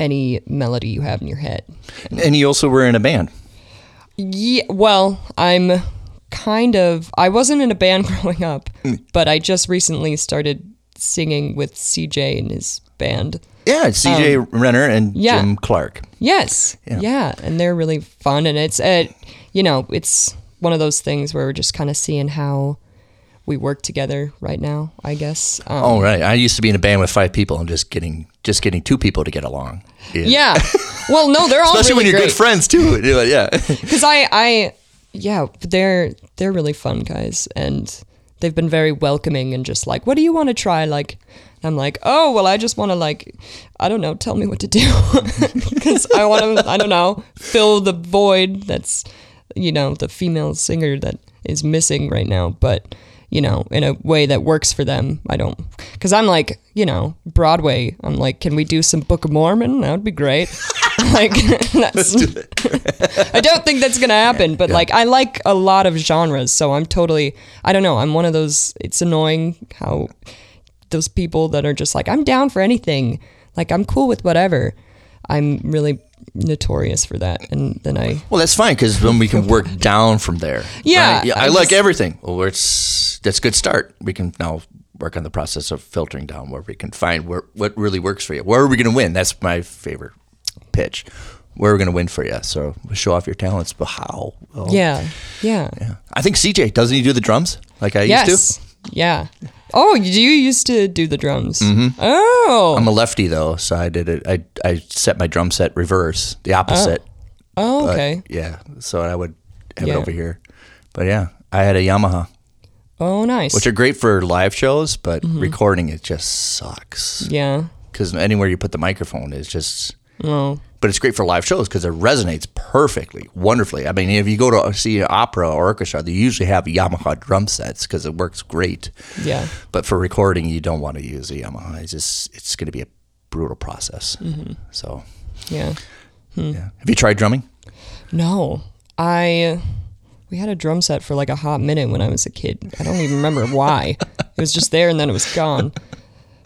Speaker 2: any melody you have in your head.
Speaker 1: And you also were in a band.
Speaker 2: Yeah, well, I'm kind of. I wasn't in a band growing up,
Speaker 1: Mm.
Speaker 2: but I just recently started singing with CJ in his band.
Speaker 1: Yeah, it's CJ Renner and
Speaker 2: Um, yeah.
Speaker 1: Jim Clark.
Speaker 2: Yes. Yeah. And they're really fun. And it's, uh, you know, it's one of those things where we're just kind of seeing how we work together right now, I guess. Um,
Speaker 1: Oh right, I used to be in a band with five people and just getting just getting two people to get along.
Speaker 2: Yeah. Well, no, they're all
Speaker 1: especially
Speaker 2: really
Speaker 1: when you're
Speaker 2: great.
Speaker 1: good friends too. You're like, Yeah,
Speaker 2: because I, I, yeah, they're they're really fun guys, and they've been very welcoming and just like, what do you want to try? Like, I'm like, oh well, I just want to like, I don't know, tell me what to do, because I want to, I don't know, fill the void that's, you know, the female singer that is missing right now, but. You know, in a way that works for them. I don't, because I'm like, you know, Broadway. I'm like, can we do some Book of Mormon? That would be great. like, that's, I don't think that's gonna happen, but like I like a lot of genres, so I'm totally I don't know, I'm one of those it's annoying how those people that are just like, I'm down for anything. Like I'm cool with whatever. I'm really notorious for that. And then I
Speaker 1: well that's fine because then we can work down from there.
Speaker 2: Yeah,
Speaker 1: right? yeah
Speaker 2: I
Speaker 1: I, like
Speaker 2: just-
Speaker 1: everything. Well, it's that's a good start. We can now work on the process of filtering down where we can find where, what really works for you. Where are we going to win? That's my favorite pitch. Where are we going to win for you? So show off your talents, but how? Well,
Speaker 2: Yeah. Yeah.
Speaker 1: yeah. I think CJ doesn't he do the drums like I used to?
Speaker 2: Yes. Yeah. Oh, you you used to do the drums. Oh.
Speaker 1: Mm-hmm. I'm a lefty though, so I did it. I I set my drum set reverse, the opposite.
Speaker 2: oh,
Speaker 1: But,
Speaker 2: okay.
Speaker 1: yeah, so I would have
Speaker 2: Yeah.
Speaker 1: it over here. But yeah, I had a Yamaha,
Speaker 2: Oh, nice.
Speaker 1: which are great for live shows, but recording it just sucks
Speaker 2: Mm-hmm. yeah.
Speaker 1: because anywhere you put the microphone is just.
Speaker 2: Oh,
Speaker 1: But it's great for live shows because it resonates perfectly, wonderfully. I mean, if you go to see an opera or orchestra, they usually have Yamaha drum sets because it works great.
Speaker 2: yeah.
Speaker 1: But for recording, you don't want to use a Yamaha. It's just it's going to be a brutal process.
Speaker 2: Mm-hmm.
Speaker 1: So,
Speaker 2: Yeah.
Speaker 1: yeah. Have you tried drumming?
Speaker 2: No, I. We had a drum set for like a hot minute when I was a kid. I don't even remember why. It was just there and then it was gone.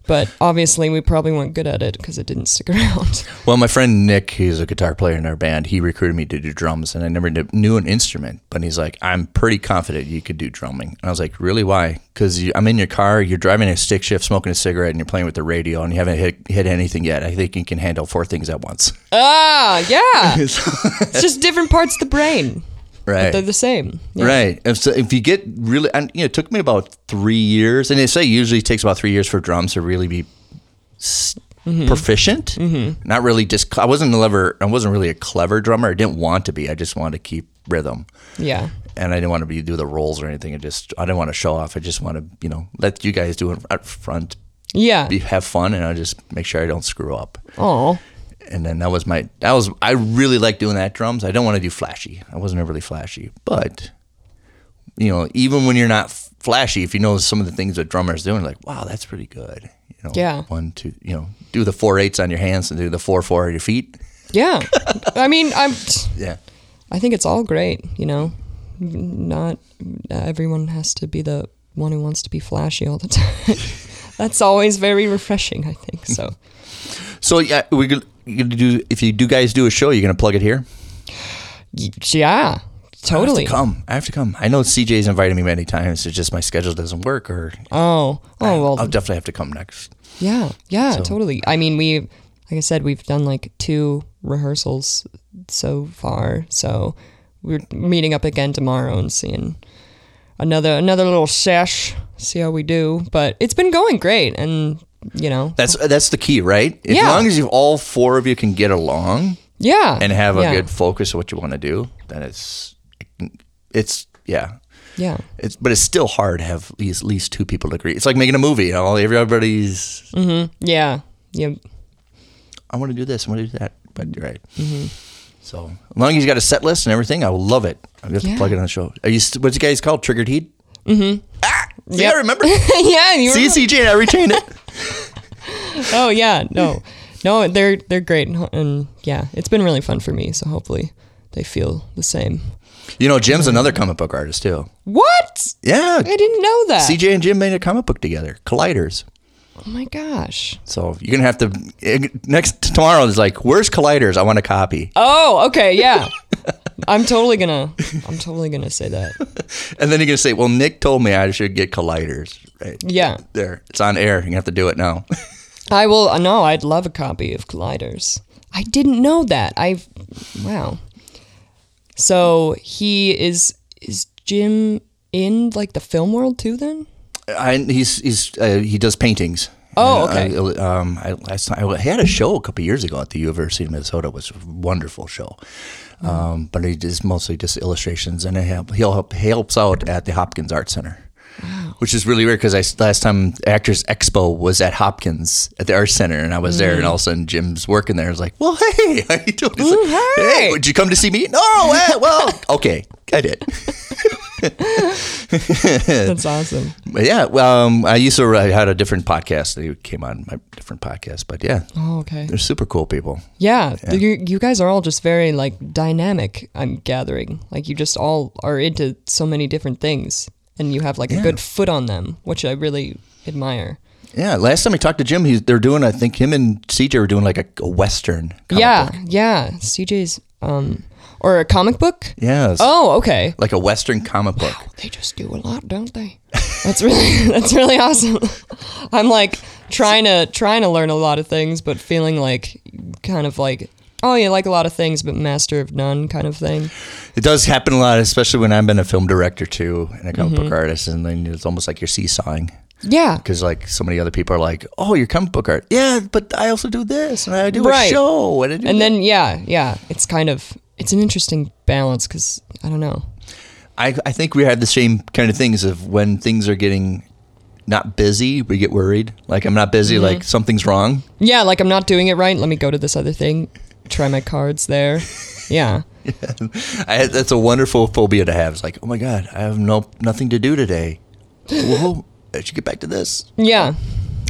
Speaker 2: But obviously, we probably weren't good at it because it didn't stick around.
Speaker 1: Well, my friend Nick, who's a guitar player in our band, he recruited me to do drums, and I never kn- knew an instrument. But he's like, "I'm pretty confident you could do drumming." And I was like, "Really? Why?" Because I'm in your car, you're driving a stick shift, smoking a cigarette, and you're playing with the radio, and you haven't hit, hit anything yet. I think you can handle four things at once.
Speaker 2: Ah, yeah. It's just different parts of the brain.
Speaker 1: right.
Speaker 2: They're the same. Yeah.
Speaker 1: Right. If, so if you get really, and you know, it took me about three years, and they say usually it takes about three years for drums to really be s- proficient. Mm-hmm. Not really just. I wasn't clever. I wasn't really a clever drummer. I didn't want to be. I just wanted to keep rhythm,
Speaker 2: Yeah.
Speaker 1: and I didn't want to be do the rolls or anything. I just I didn't want to show off. I just want to you know let you guys do it up front,
Speaker 2: Yeah.
Speaker 1: be, have fun, and I just make sure I don't screw up.
Speaker 2: Oh.
Speaker 1: And then that was my that was I really like doing that drums. I don't want to do flashy. I wasn't overly flashy, but you know, even when you're not flashy, if you know some of the things that drummers doing, like wow, that's pretty good. You know,
Speaker 2: Yeah.
Speaker 1: one two, you know, do the four eights on your hands and do the four four on your feet.
Speaker 2: Yeah. I mean, I'm.
Speaker 1: Yeah,
Speaker 2: I think it's all great. You know, not everyone has to be the one who wants to be flashy all the time. That's always very refreshing. I think so.
Speaker 1: so yeah, we could you could do if you do guys do a show, you're gonna plug it here.
Speaker 2: Y- Yeah. Totally.
Speaker 1: I have to come. I have to come. I know CJ's invited me many times. It's just my schedule doesn't work, or
Speaker 2: Oh. Oh well.
Speaker 1: I'll definitely have to come next.
Speaker 2: Yeah, yeah, totally. I mean, we, like I said, we've done like two rehearsals so far, so we're meeting up again tomorrow and seeing another another little sesh, see how we do. But it's been going great, and you know,
Speaker 1: That's uh, that's the key, right? As
Speaker 2: Yeah.
Speaker 1: long as you all four of you can get along,
Speaker 2: yeah,
Speaker 1: and have
Speaker 2: yeah,
Speaker 1: a good focus of what you want to do, then it's it's yeah.
Speaker 2: yeah,
Speaker 1: It's but it's still hard to have these- at least two people to agree. It's like making a movie. You know, everybody's
Speaker 2: yeah, yeah,
Speaker 1: I want to do this, I want to do that, but you're right.
Speaker 2: Mm-hmm.
Speaker 1: So as long as you got a set list and everything, I will love it. I just
Speaker 2: Yeah.
Speaker 1: plug it on the show. Are you st- what's you guys called? Triggered Heat. Mm-hmm. Ah, see,
Speaker 2: Yep.
Speaker 1: I remember.
Speaker 2: yeah. You
Speaker 1: see,
Speaker 2: remember-
Speaker 1: CJ, I retained it.
Speaker 2: Oh yeah, no, no, they're they're great, and, and yeah, it's been really fun for me. So hopefully, they feel the same.
Speaker 1: You know, Jim's another comic book artist too.
Speaker 2: What?
Speaker 1: Yeah,
Speaker 2: I didn't know that.
Speaker 1: CJ and Jim made a comic book together, Colliders.
Speaker 2: Oh my gosh.
Speaker 1: So you're gonna have to eh, next tomorrow is like, where's colliders? I want a copy.
Speaker 2: Oh, okay, yeah. I'm totally gonna. I'm totally gonna say that.
Speaker 1: And then you're gonna say, well, Nick told me I should get colliders. Right
Speaker 2: Yeah,
Speaker 1: there, it's on air. You have to do it now.
Speaker 2: I will. uh, No, I'd love a copy of Colliders. I didn't know that. I, wow. So he is is Jim in like the film world too? Then
Speaker 1: I, he's he's uh, he does paintings. Uh,
Speaker 2: Oh, okay.
Speaker 1: I, um, I, last time, I had a show a couple years ago at the University of Minnesota. It was a wonderful show.
Speaker 2: Mm.
Speaker 1: Um, but he does mostly just illustrations, and I help, he'll help, he helps out at the Hopkins Art Center. Which is really weird because I last time Actors Expo was at Hopkins at the Art Center and I was there
Speaker 2: Mm.
Speaker 1: and all of a sudden Jim's working there. I was like, "Well, hey, how you doing?" He's like,
Speaker 2: hey.
Speaker 1: "Hey, would you come to see me?" No, eh, well, okay, I did.
Speaker 2: that's awesome.
Speaker 1: But yeah, well, um, I used to I had a different podcast. They came on my different podcast, but yeah,
Speaker 2: Oh, okay.
Speaker 1: they're super cool people.
Speaker 2: Yeah, You, you guys are all just very like dynamic. I'm gathering. Like you just all are into so many different things, and you have like a good foot on them, which I really admire.
Speaker 1: Yeah, last time I talked to Jim, he's they're doing. I think him and CJ were doing like a, a western. comic
Speaker 2: yeah,
Speaker 1: book.
Speaker 2: yeah. CJ's um or a comic book?
Speaker 1: yeah, it's
Speaker 2: Oh, okay.
Speaker 1: like a western comic book.
Speaker 2: They just do a lot, don't they? That's really that's really awesome. I'm like trying to trying to learn a lot of things, but feeling like kind of like oh yeah, like a lot of things, but master of none kind of thing.
Speaker 1: It does happen a lot, especially when I've been a film director too and a comic
Speaker 2: Mm-hmm.
Speaker 1: book artist, and then it's almost like you're seesawing
Speaker 2: Yeah.
Speaker 1: because like so many other people are like, "Oh, you're comic book art, yeah," but I also do this and I do a
Speaker 2: Right.
Speaker 1: show and I do
Speaker 2: And
Speaker 1: that."
Speaker 2: then yeah, yeah. It's kind of it's an interesting balance because I don't know.
Speaker 1: I, I think we had the same kind of things of when things are getting not busy, we get worried. Like I'm not busy,
Speaker 2: Mm-hmm.
Speaker 1: like something's wrong.
Speaker 2: Yeah, like I'm not doing it right. Let me go to this other thing. Try my cards there. Yeah.
Speaker 1: I, that's a wonderful phobia to have. It's like, oh my god, I have no nothing to do today. Whoa, I should get back to this.
Speaker 2: Yeah.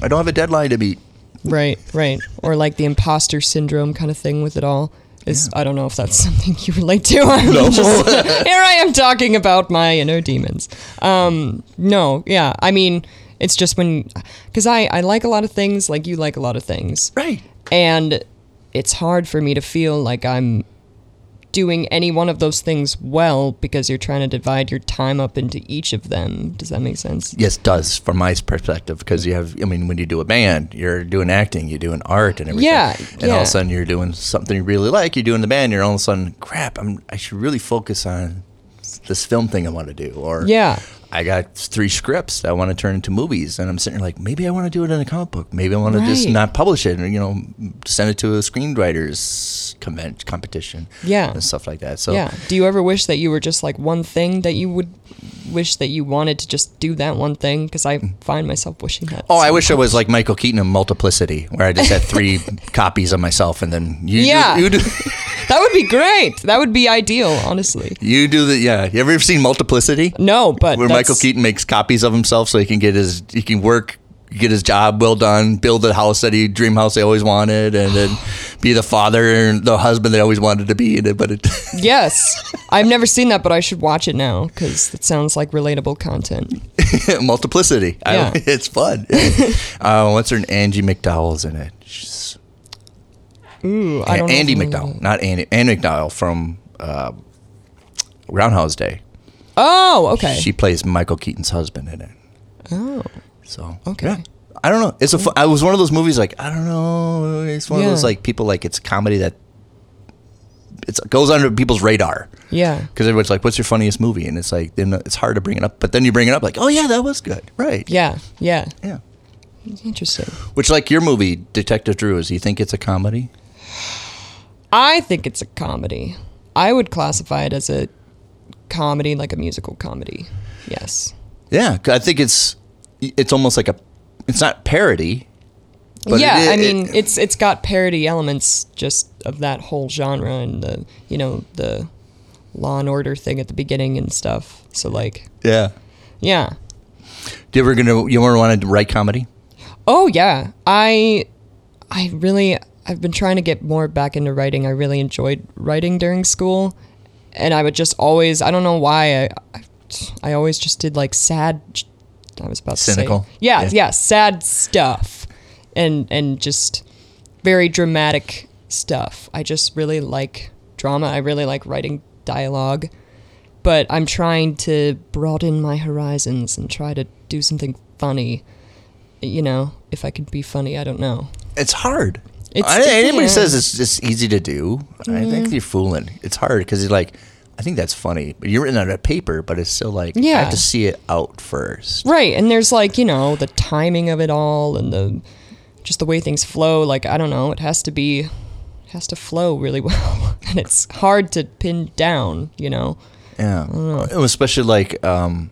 Speaker 1: I don't have a deadline to meet.
Speaker 2: Right, right. Or like the imposter syndrome kind of thing with it all. Is I don't know if that's something you relate to. I'm
Speaker 1: No.
Speaker 2: just- here I am talking about my inner demons. Um, no, yeah. I mean, it's just when because I I like a lot of things, like you like a lot of things,
Speaker 1: Right.
Speaker 2: and it's hard for me to feel like I'm doing any one of those things well because you're trying to divide your time up into each of them. Does that make sense?
Speaker 1: Yes, does from my perspective because you have. I mean, when you do a band, you're doing acting, you're doing art, and everything.
Speaker 2: Yeah,
Speaker 1: and all
Speaker 2: yeah.
Speaker 1: of a sudden you're doing something you really like. You're doing the band. You're all of a sudden, crap. I'm. I should really focus on this film thing I want to do. Or
Speaker 2: Yeah.
Speaker 1: I got three scripts that I want to turn into movies, and I'm sitting here like, maybe I want to do it in a comic book. Maybe I want to just
Speaker 2: Right.
Speaker 1: not publish it, or you know, send it to a screenwriters convent competition.
Speaker 2: Yeah.
Speaker 1: and stuff like that. So
Speaker 2: Yeah. Do you ever wish that you were just like one thing that you would wish that you wanted to just do that one thing? Because I find myself wishing that.
Speaker 1: Mm. Oh, I wish I was like Michael Keaton in Multiplicity, where I just had three copies of myself, and then you
Speaker 2: Yeah.
Speaker 1: do, you do
Speaker 2: that would be great. That would be ideal, honestly.
Speaker 1: you do the yeah. You ever seen Multiplicity?
Speaker 2: No, but
Speaker 1: Where Michael
Speaker 2: that's-
Speaker 1: Keaton makes copies of himself so he can get his he can work, get his job well done, build the house that he dream house they always wanted, and then be the father and the husband they always wanted to be. and it- But it,
Speaker 2: Yes, I've never seen that, but I should watch it now because it sounds like relatable content.
Speaker 1: Multiplicity, I-
Speaker 2: Yeah.
Speaker 1: it's fun. uh, what's her Angie McDowell's in it? She's
Speaker 2: Ooh, I don't know if
Speaker 1: Andy
Speaker 2: I'm-
Speaker 1: McDowell, not Andy. Andy McDowell from uh, Groundhog's Day.
Speaker 2: Oh, okay.
Speaker 1: She plays Michael Keaton's husband in it.
Speaker 2: oh,
Speaker 1: So
Speaker 2: Okay.
Speaker 1: yeah. I don't know. It's a. Fu- I was one of those movies like I don't know. It's one of those
Speaker 2: Yeah.
Speaker 1: like people like it's a comedy that it's goes under people's radar
Speaker 2: yeah.
Speaker 1: because everybody's like, "What's your funniest movie?" And it's like then it's hard to bring it up, but then you bring it up like, "Oh yeah, that was good, right?"
Speaker 2: Yeah, yeah.
Speaker 1: yeah.
Speaker 2: Interesting.
Speaker 1: Which like your movie Detective Drew is? You think it's a comedy?
Speaker 2: I think it's a comedy. I would classify it as a comedy, like a musical comedy. Yes.
Speaker 1: Yeah, 'cause I think it's it's almost like a it's not parody. it
Speaker 2: yeah,
Speaker 1: i-
Speaker 2: I mean,
Speaker 1: it-
Speaker 2: it's it's got parody elements just of that whole genre and the you know the Law and Order thing at the beginning and stuff. So like,
Speaker 1: yeah.
Speaker 2: yeah.
Speaker 1: Do you ever gonna you ever want to write comedy?
Speaker 2: Oh yeah, I I really I've been trying to get more back into writing. I really enjoyed writing during school, and I would just always I don't know why I I, I always just did like sad. I was about
Speaker 1: Cynical?
Speaker 2: To say, yeah,
Speaker 1: Yeah.
Speaker 2: yeah, sad stuff, and and just very dramatic stuff. I just really like drama. I really like writing dialogue. But I'm trying to broaden my horizons and try to do something funny you know, if I could be funny, I don't know.
Speaker 1: It's hard.
Speaker 2: It's- Mm-hmm.
Speaker 1: I, anybody
Speaker 2: yeah.
Speaker 1: says it's just easy to do, I think you're fooling. It's hard because you're like, I think that's funny, but you're written on a paper, but it's still like, I
Speaker 2: Yeah.
Speaker 1: have to see it out first.
Speaker 2: Right. And there's like, you know, the timing of it all and the just the way things flow. Like, I don't know, it has to be, it has to flow really well. and it's hard to pin down, you know?
Speaker 1: Yeah,
Speaker 2: mm.
Speaker 1: Oh, especially like um,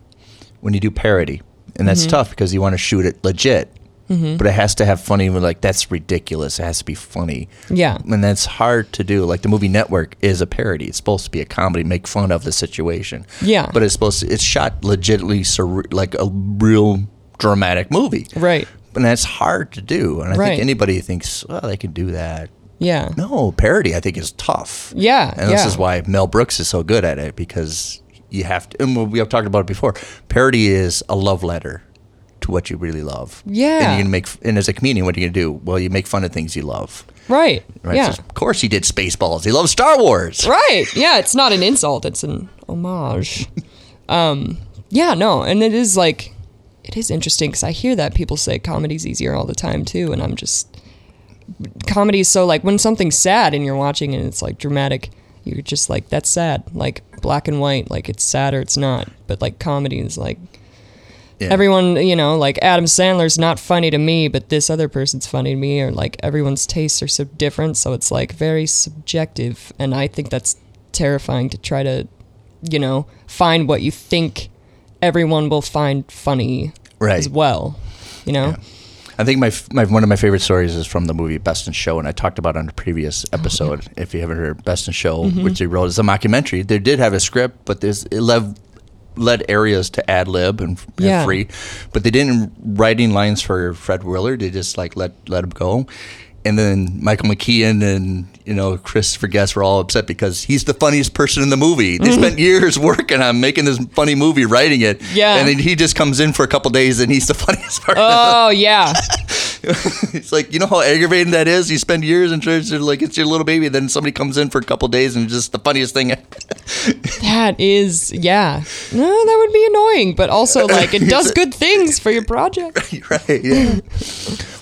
Speaker 1: when you do parody, and
Speaker 2: Mm-hmm.
Speaker 1: that's tough because you want to shoot it legit, but it has to have funny. We're like, that's ridiculous. It has to be funny.
Speaker 2: Yeah.
Speaker 1: and that's hard to do. Like the movie Network is a parody. It's supposed to be a comedy, make fun of the situation.
Speaker 2: Yeah.
Speaker 1: but it's supposed to. It's shot legitly, surre- like a real dramatic movie.
Speaker 2: Right.
Speaker 1: and that's hard to do. And I
Speaker 2: Right.
Speaker 1: think anybody thinks, oh, they can do that.
Speaker 2: Yeah.
Speaker 1: No, parody I think is tough.
Speaker 2: Yeah,
Speaker 1: And this
Speaker 2: yeah.
Speaker 1: is why Mel Brooks is so good at it because you have to, and we have talked about it before. Parody is a love letter to what you really love.
Speaker 2: Yeah.
Speaker 1: And you can make, and as a comedian, what are you going to do? Well, you make fun of things you love.
Speaker 2: Right.
Speaker 1: Right.
Speaker 2: Yeah.
Speaker 1: So of course he did Spaceballs. He loves Star Wars.
Speaker 2: Right. Yeah, it's not an insult, it's an homage. Um yeah, no, and it is like it is interesting cuz I hear that people say comedy's easier all the time too and I'm just comedy is so like when something's sad and you're watching and it's like dramatic, you're just like that's sad, like black and white, like it's sad or it's not. But like comedy is like
Speaker 1: Yeah.
Speaker 2: Everyone, you know, like Adam Sandler's not funny to me, but this other person's funny to me, or like everyone's tastes are so different, so it's like very subjective, and I think that's terrifying to try to you know, find what you think everyone will find funny
Speaker 1: Right.
Speaker 2: as well. You know?
Speaker 1: I think my, f- my one of my favorite stories is from the movie Best in Show, and I talked about it on a previous
Speaker 2: Oh,
Speaker 1: episode. If you haven't heard Best in Show,
Speaker 2: Mm-hmm.
Speaker 1: which they wrote as a mockumentary, they did have a script, but there's it led, led areas to ad lib and, f- and
Speaker 2: Yeah.
Speaker 1: free, but they didn't writing lines for Fred Willard. They just like let let him go. And then Michael McKean and you know Christopher Guest were all upset because he's the funniest person in the movie.
Speaker 2: Mm-hmm.
Speaker 1: They spent years working on making this funny movie, writing it,
Speaker 2: Yeah.
Speaker 1: And then he just comes in for a couple days and he's the funniest part. of the
Speaker 2: Oh yeah.
Speaker 1: it's like you know how aggravating that is. You spend years in church, they're like it's your little baby. Then somebody comes in for a couple days, and it's just the funniest thing.
Speaker 2: That is yeah. No, that would be annoying, but also like it does good things for your project.
Speaker 1: right? Yeah.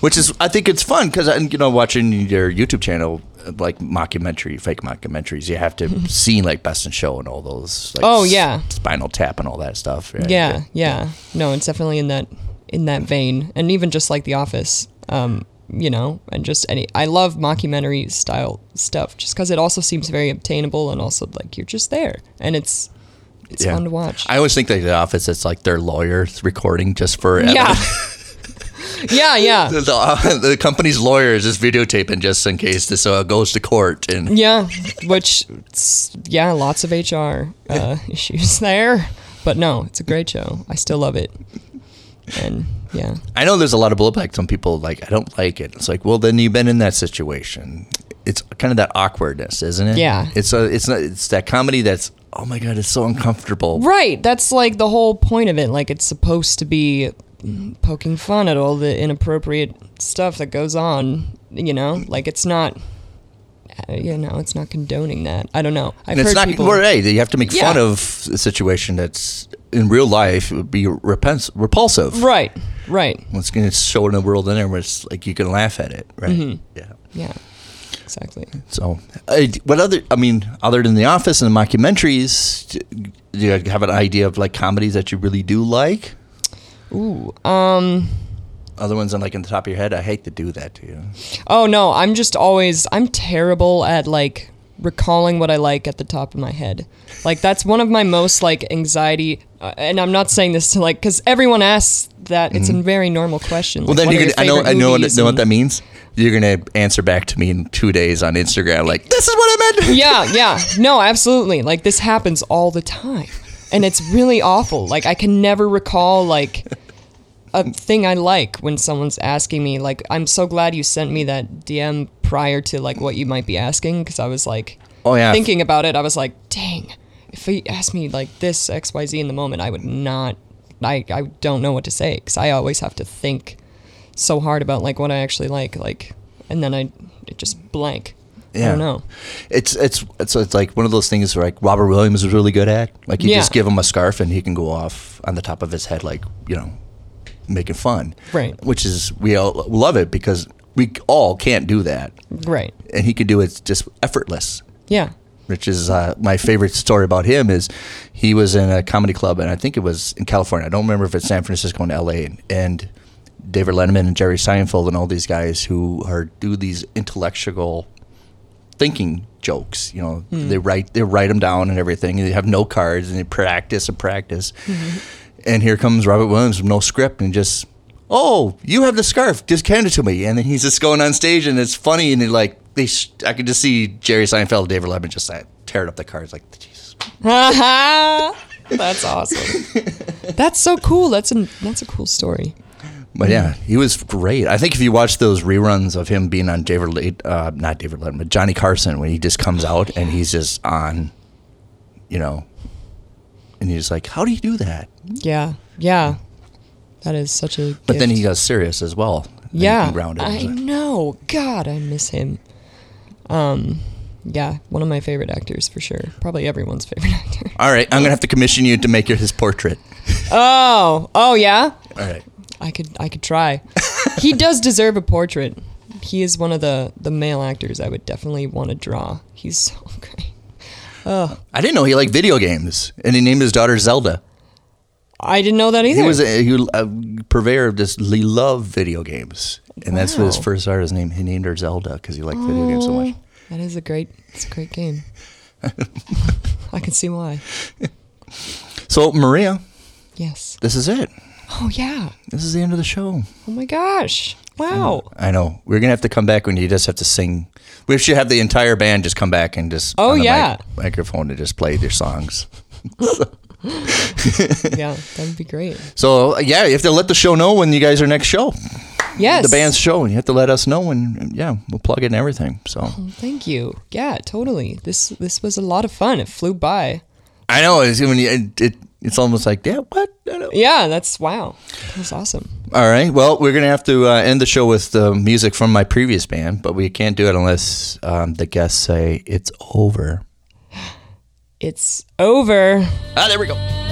Speaker 1: Which is, I think it's fun because you know watching your YouTube channel like mockumentary, fake mockumentaries. You have to see like Best in Show and all those. Like,
Speaker 2: Mm-hmm. Oh, yeah.
Speaker 1: S- Spinal Tap and all that stuff. right?
Speaker 2: Yeah, yeah. No, it's definitely in that in that vein. And even just like The Office. Um, you know, and just any I love mockumentary style stuff just cuz it also seems very obtainable and also like you're just there and it's it's
Speaker 1: Yeah.
Speaker 2: fun to watch.
Speaker 1: I always think that The Office. It's like their lawyer recording just for
Speaker 2: yeah. yeah, yeah.
Speaker 1: The, the, the company's lawyer is just videotaping just in case this uh, goes to court and
Speaker 2: Yeah, which it's- yeah, lots of HR uh, issues there, but no, it's a great show. I still love it, and yeah,
Speaker 1: I know there's a lot of blowback. Some people like, I don't like it. It's like, well, then you've been in that situation. It's kind of that awkwardness, isn't it?
Speaker 2: Yeah.
Speaker 1: It's a, it's not, it's that comedy that's, oh my god, it's so uncomfortable.
Speaker 2: right. That's like the whole point of it. Like it's supposed to be mm, poking fun at all the inappropriate stuff that goes on. You know, like it's not. uh, You know, it's not condoning that. I don't know. I've
Speaker 1: And it's
Speaker 2: heard
Speaker 1: not
Speaker 2: people.
Speaker 1: well, hey, you have to make
Speaker 2: Yeah.
Speaker 1: fun of a situation that's in real life would be repens- repulsive.
Speaker 2: Right. Right.
Speaker 1: It's going to show in the world in there where it's like you can laugh at it, right?
Speaker 2: Mm-hmm.
Speaker 1: Yeah.
Speaker 2: Yeah. Exactly.
Speaker 1: So, uh, what other? I mean, other than The Office and the mockumentaries, do you have an idea of like comedies that you really do like?
Speaker 2: Ooh. Um.
Speaker 1: other ones on like in the top of your head. I hate to do that to you.
Speaker 2: Oh no, I'm just always I'm terrible at like recalling what I like at the top of my head. Like that's one of my most like anxiety uh, and I'm not saying this to like cuz everyone asks that it's a very normal question.
Speaker 1: Mm-hmm. Well, then you can. I know. I know. What, know what that means. You're gonna answer back to me in two days on Instagram. Like this is what I meant.
Speaker 2: Yeah, yeah. No, absolutely. Like this happens all the time. And it's really awful. Like I can never recall like a thing I like when someone's asking me like I'm so glad you sent me that DM prior to like what you might be asking cuz I was like
Speaker 1: Oh yeah.
Speaker 2: thinking about it, I was like, dang, if he asked me like this XYZ in the moment, I would not, I, I don't know what to say because I always have to think so hard about like what I actually like, like, and then I it just blank. I
Speaker 1: Yeah.
Speaker 2: don't know.
Speaker 1: It's it's it's it's like one of those things where like Robert Williams is really good at. Like you
Speaker 2: Yeah.
Speaker 1: just give him a scarf and he can go off on the top of his head like you know, making fun.
Speaker 2: Right.
Speaker 1: Which is we all love it because we all can't do that,
Speaker 2: Right.
Speaker 1: and he can do it just effortless.
Speaker 2: Yeah.
Speaker 1: which is uh, my favorite story about him is he was in a comedy club and I think it was in California. I don't remember if it's San Francisco and LA and David Letterman and Jerry Seinfeld and all these guys who are do these intellectual thinking jokes. You know, they write they write them down and everything. And they have no cards and they practice and practice. And here comes Robert Williams with no script and just, oh, you have the scarf, just hand it to me. And then he's just going on stage and it's funny and it like they, sh- I could just see Jerry Seinfeld, and David Letterman just like, tearing up the cards like, Jesus.
Speaker 2: That's awesome. That's so cool. That's a that's a cool story.
Speaker 1: But yeah, he was great. I think if you watch those reruns of him being on David, Le- uh, not David Letterman, but Johnny Carson, when he just comes out and he's just on, you know, and he's like, how do you do that?
Speaker 2: Yeah. Yeah. That is such a.
Speaker 1: But then
Speaker 2: gift.
Speaker 1: he got serious as well. Then he
Speaker 2: Yeah,
Speaker 1: can ground it.
Speaker 2: I know. God, I miss him. Um, yeah, one of my favorite actors for sure. Probably everyone's favorite actor.
Speaker 1: All right, I'm gonna have to commission you to make your, his portrait.
Speaker 2: Oh, oh yeah.
Speaker 1: All right,
Speaker 2: I could, I could try. he does deserve a portrait. He is one of the the male actors I would definitely want to draw. He's so great.
Speaker 1: I didn't know he liked video games, and he named his daughter Zelda.
Speaker 2: I didn't know that either.
Speaker 1: He was a, he, was a purveyor of just he loved video games, and that's what his
Speaker 2: Wow.
Speaker 1: first artist name. He named her Zelda because he liked video games so much.
Speaker 2: that is a great, it's a great game. I can see why.
Speaker 1: So Maria,
Speaker 2: Yes.
Speaker 1: this is it.
Speaker 2: Oh yeah.
Speaker 1: This is the end of the show.
Speaker 2: Oh my gosh. Wow.
Speaker 1: I know. We're gonna have to come back when you just have to sing. We should have the entire band just come back and just
Speaker 2: Oh,
Speaker 1: on the mic-
Speaker 2: yeah.
Speaker 1: microphone to just play their songs.
Speaker 2: Yeah, that would be great.
Speaker 1: So yeah, you have to let the show know when you guys are next show,
Speaker 2: Yes.
Speaker 1: the band's show, and you have to let us know, and yeah, we'll plug it and everything. So
Speaker 2: Thank you. Yeah, totally. This this was a lot of fun. It flew by.
Speaker 1: I know it's when you, it, it it's almost like yeah, what? I don't-
Speaker 2: Yeah, that's wow. That was awesome.
Speaker 1: All right. Well, we're gonna have to uh, end the show with the music from my previous band, but we can't do it unless um, the guests say it's over.
Speaker 2: It's over.
Speaker 1: Ah, there we go.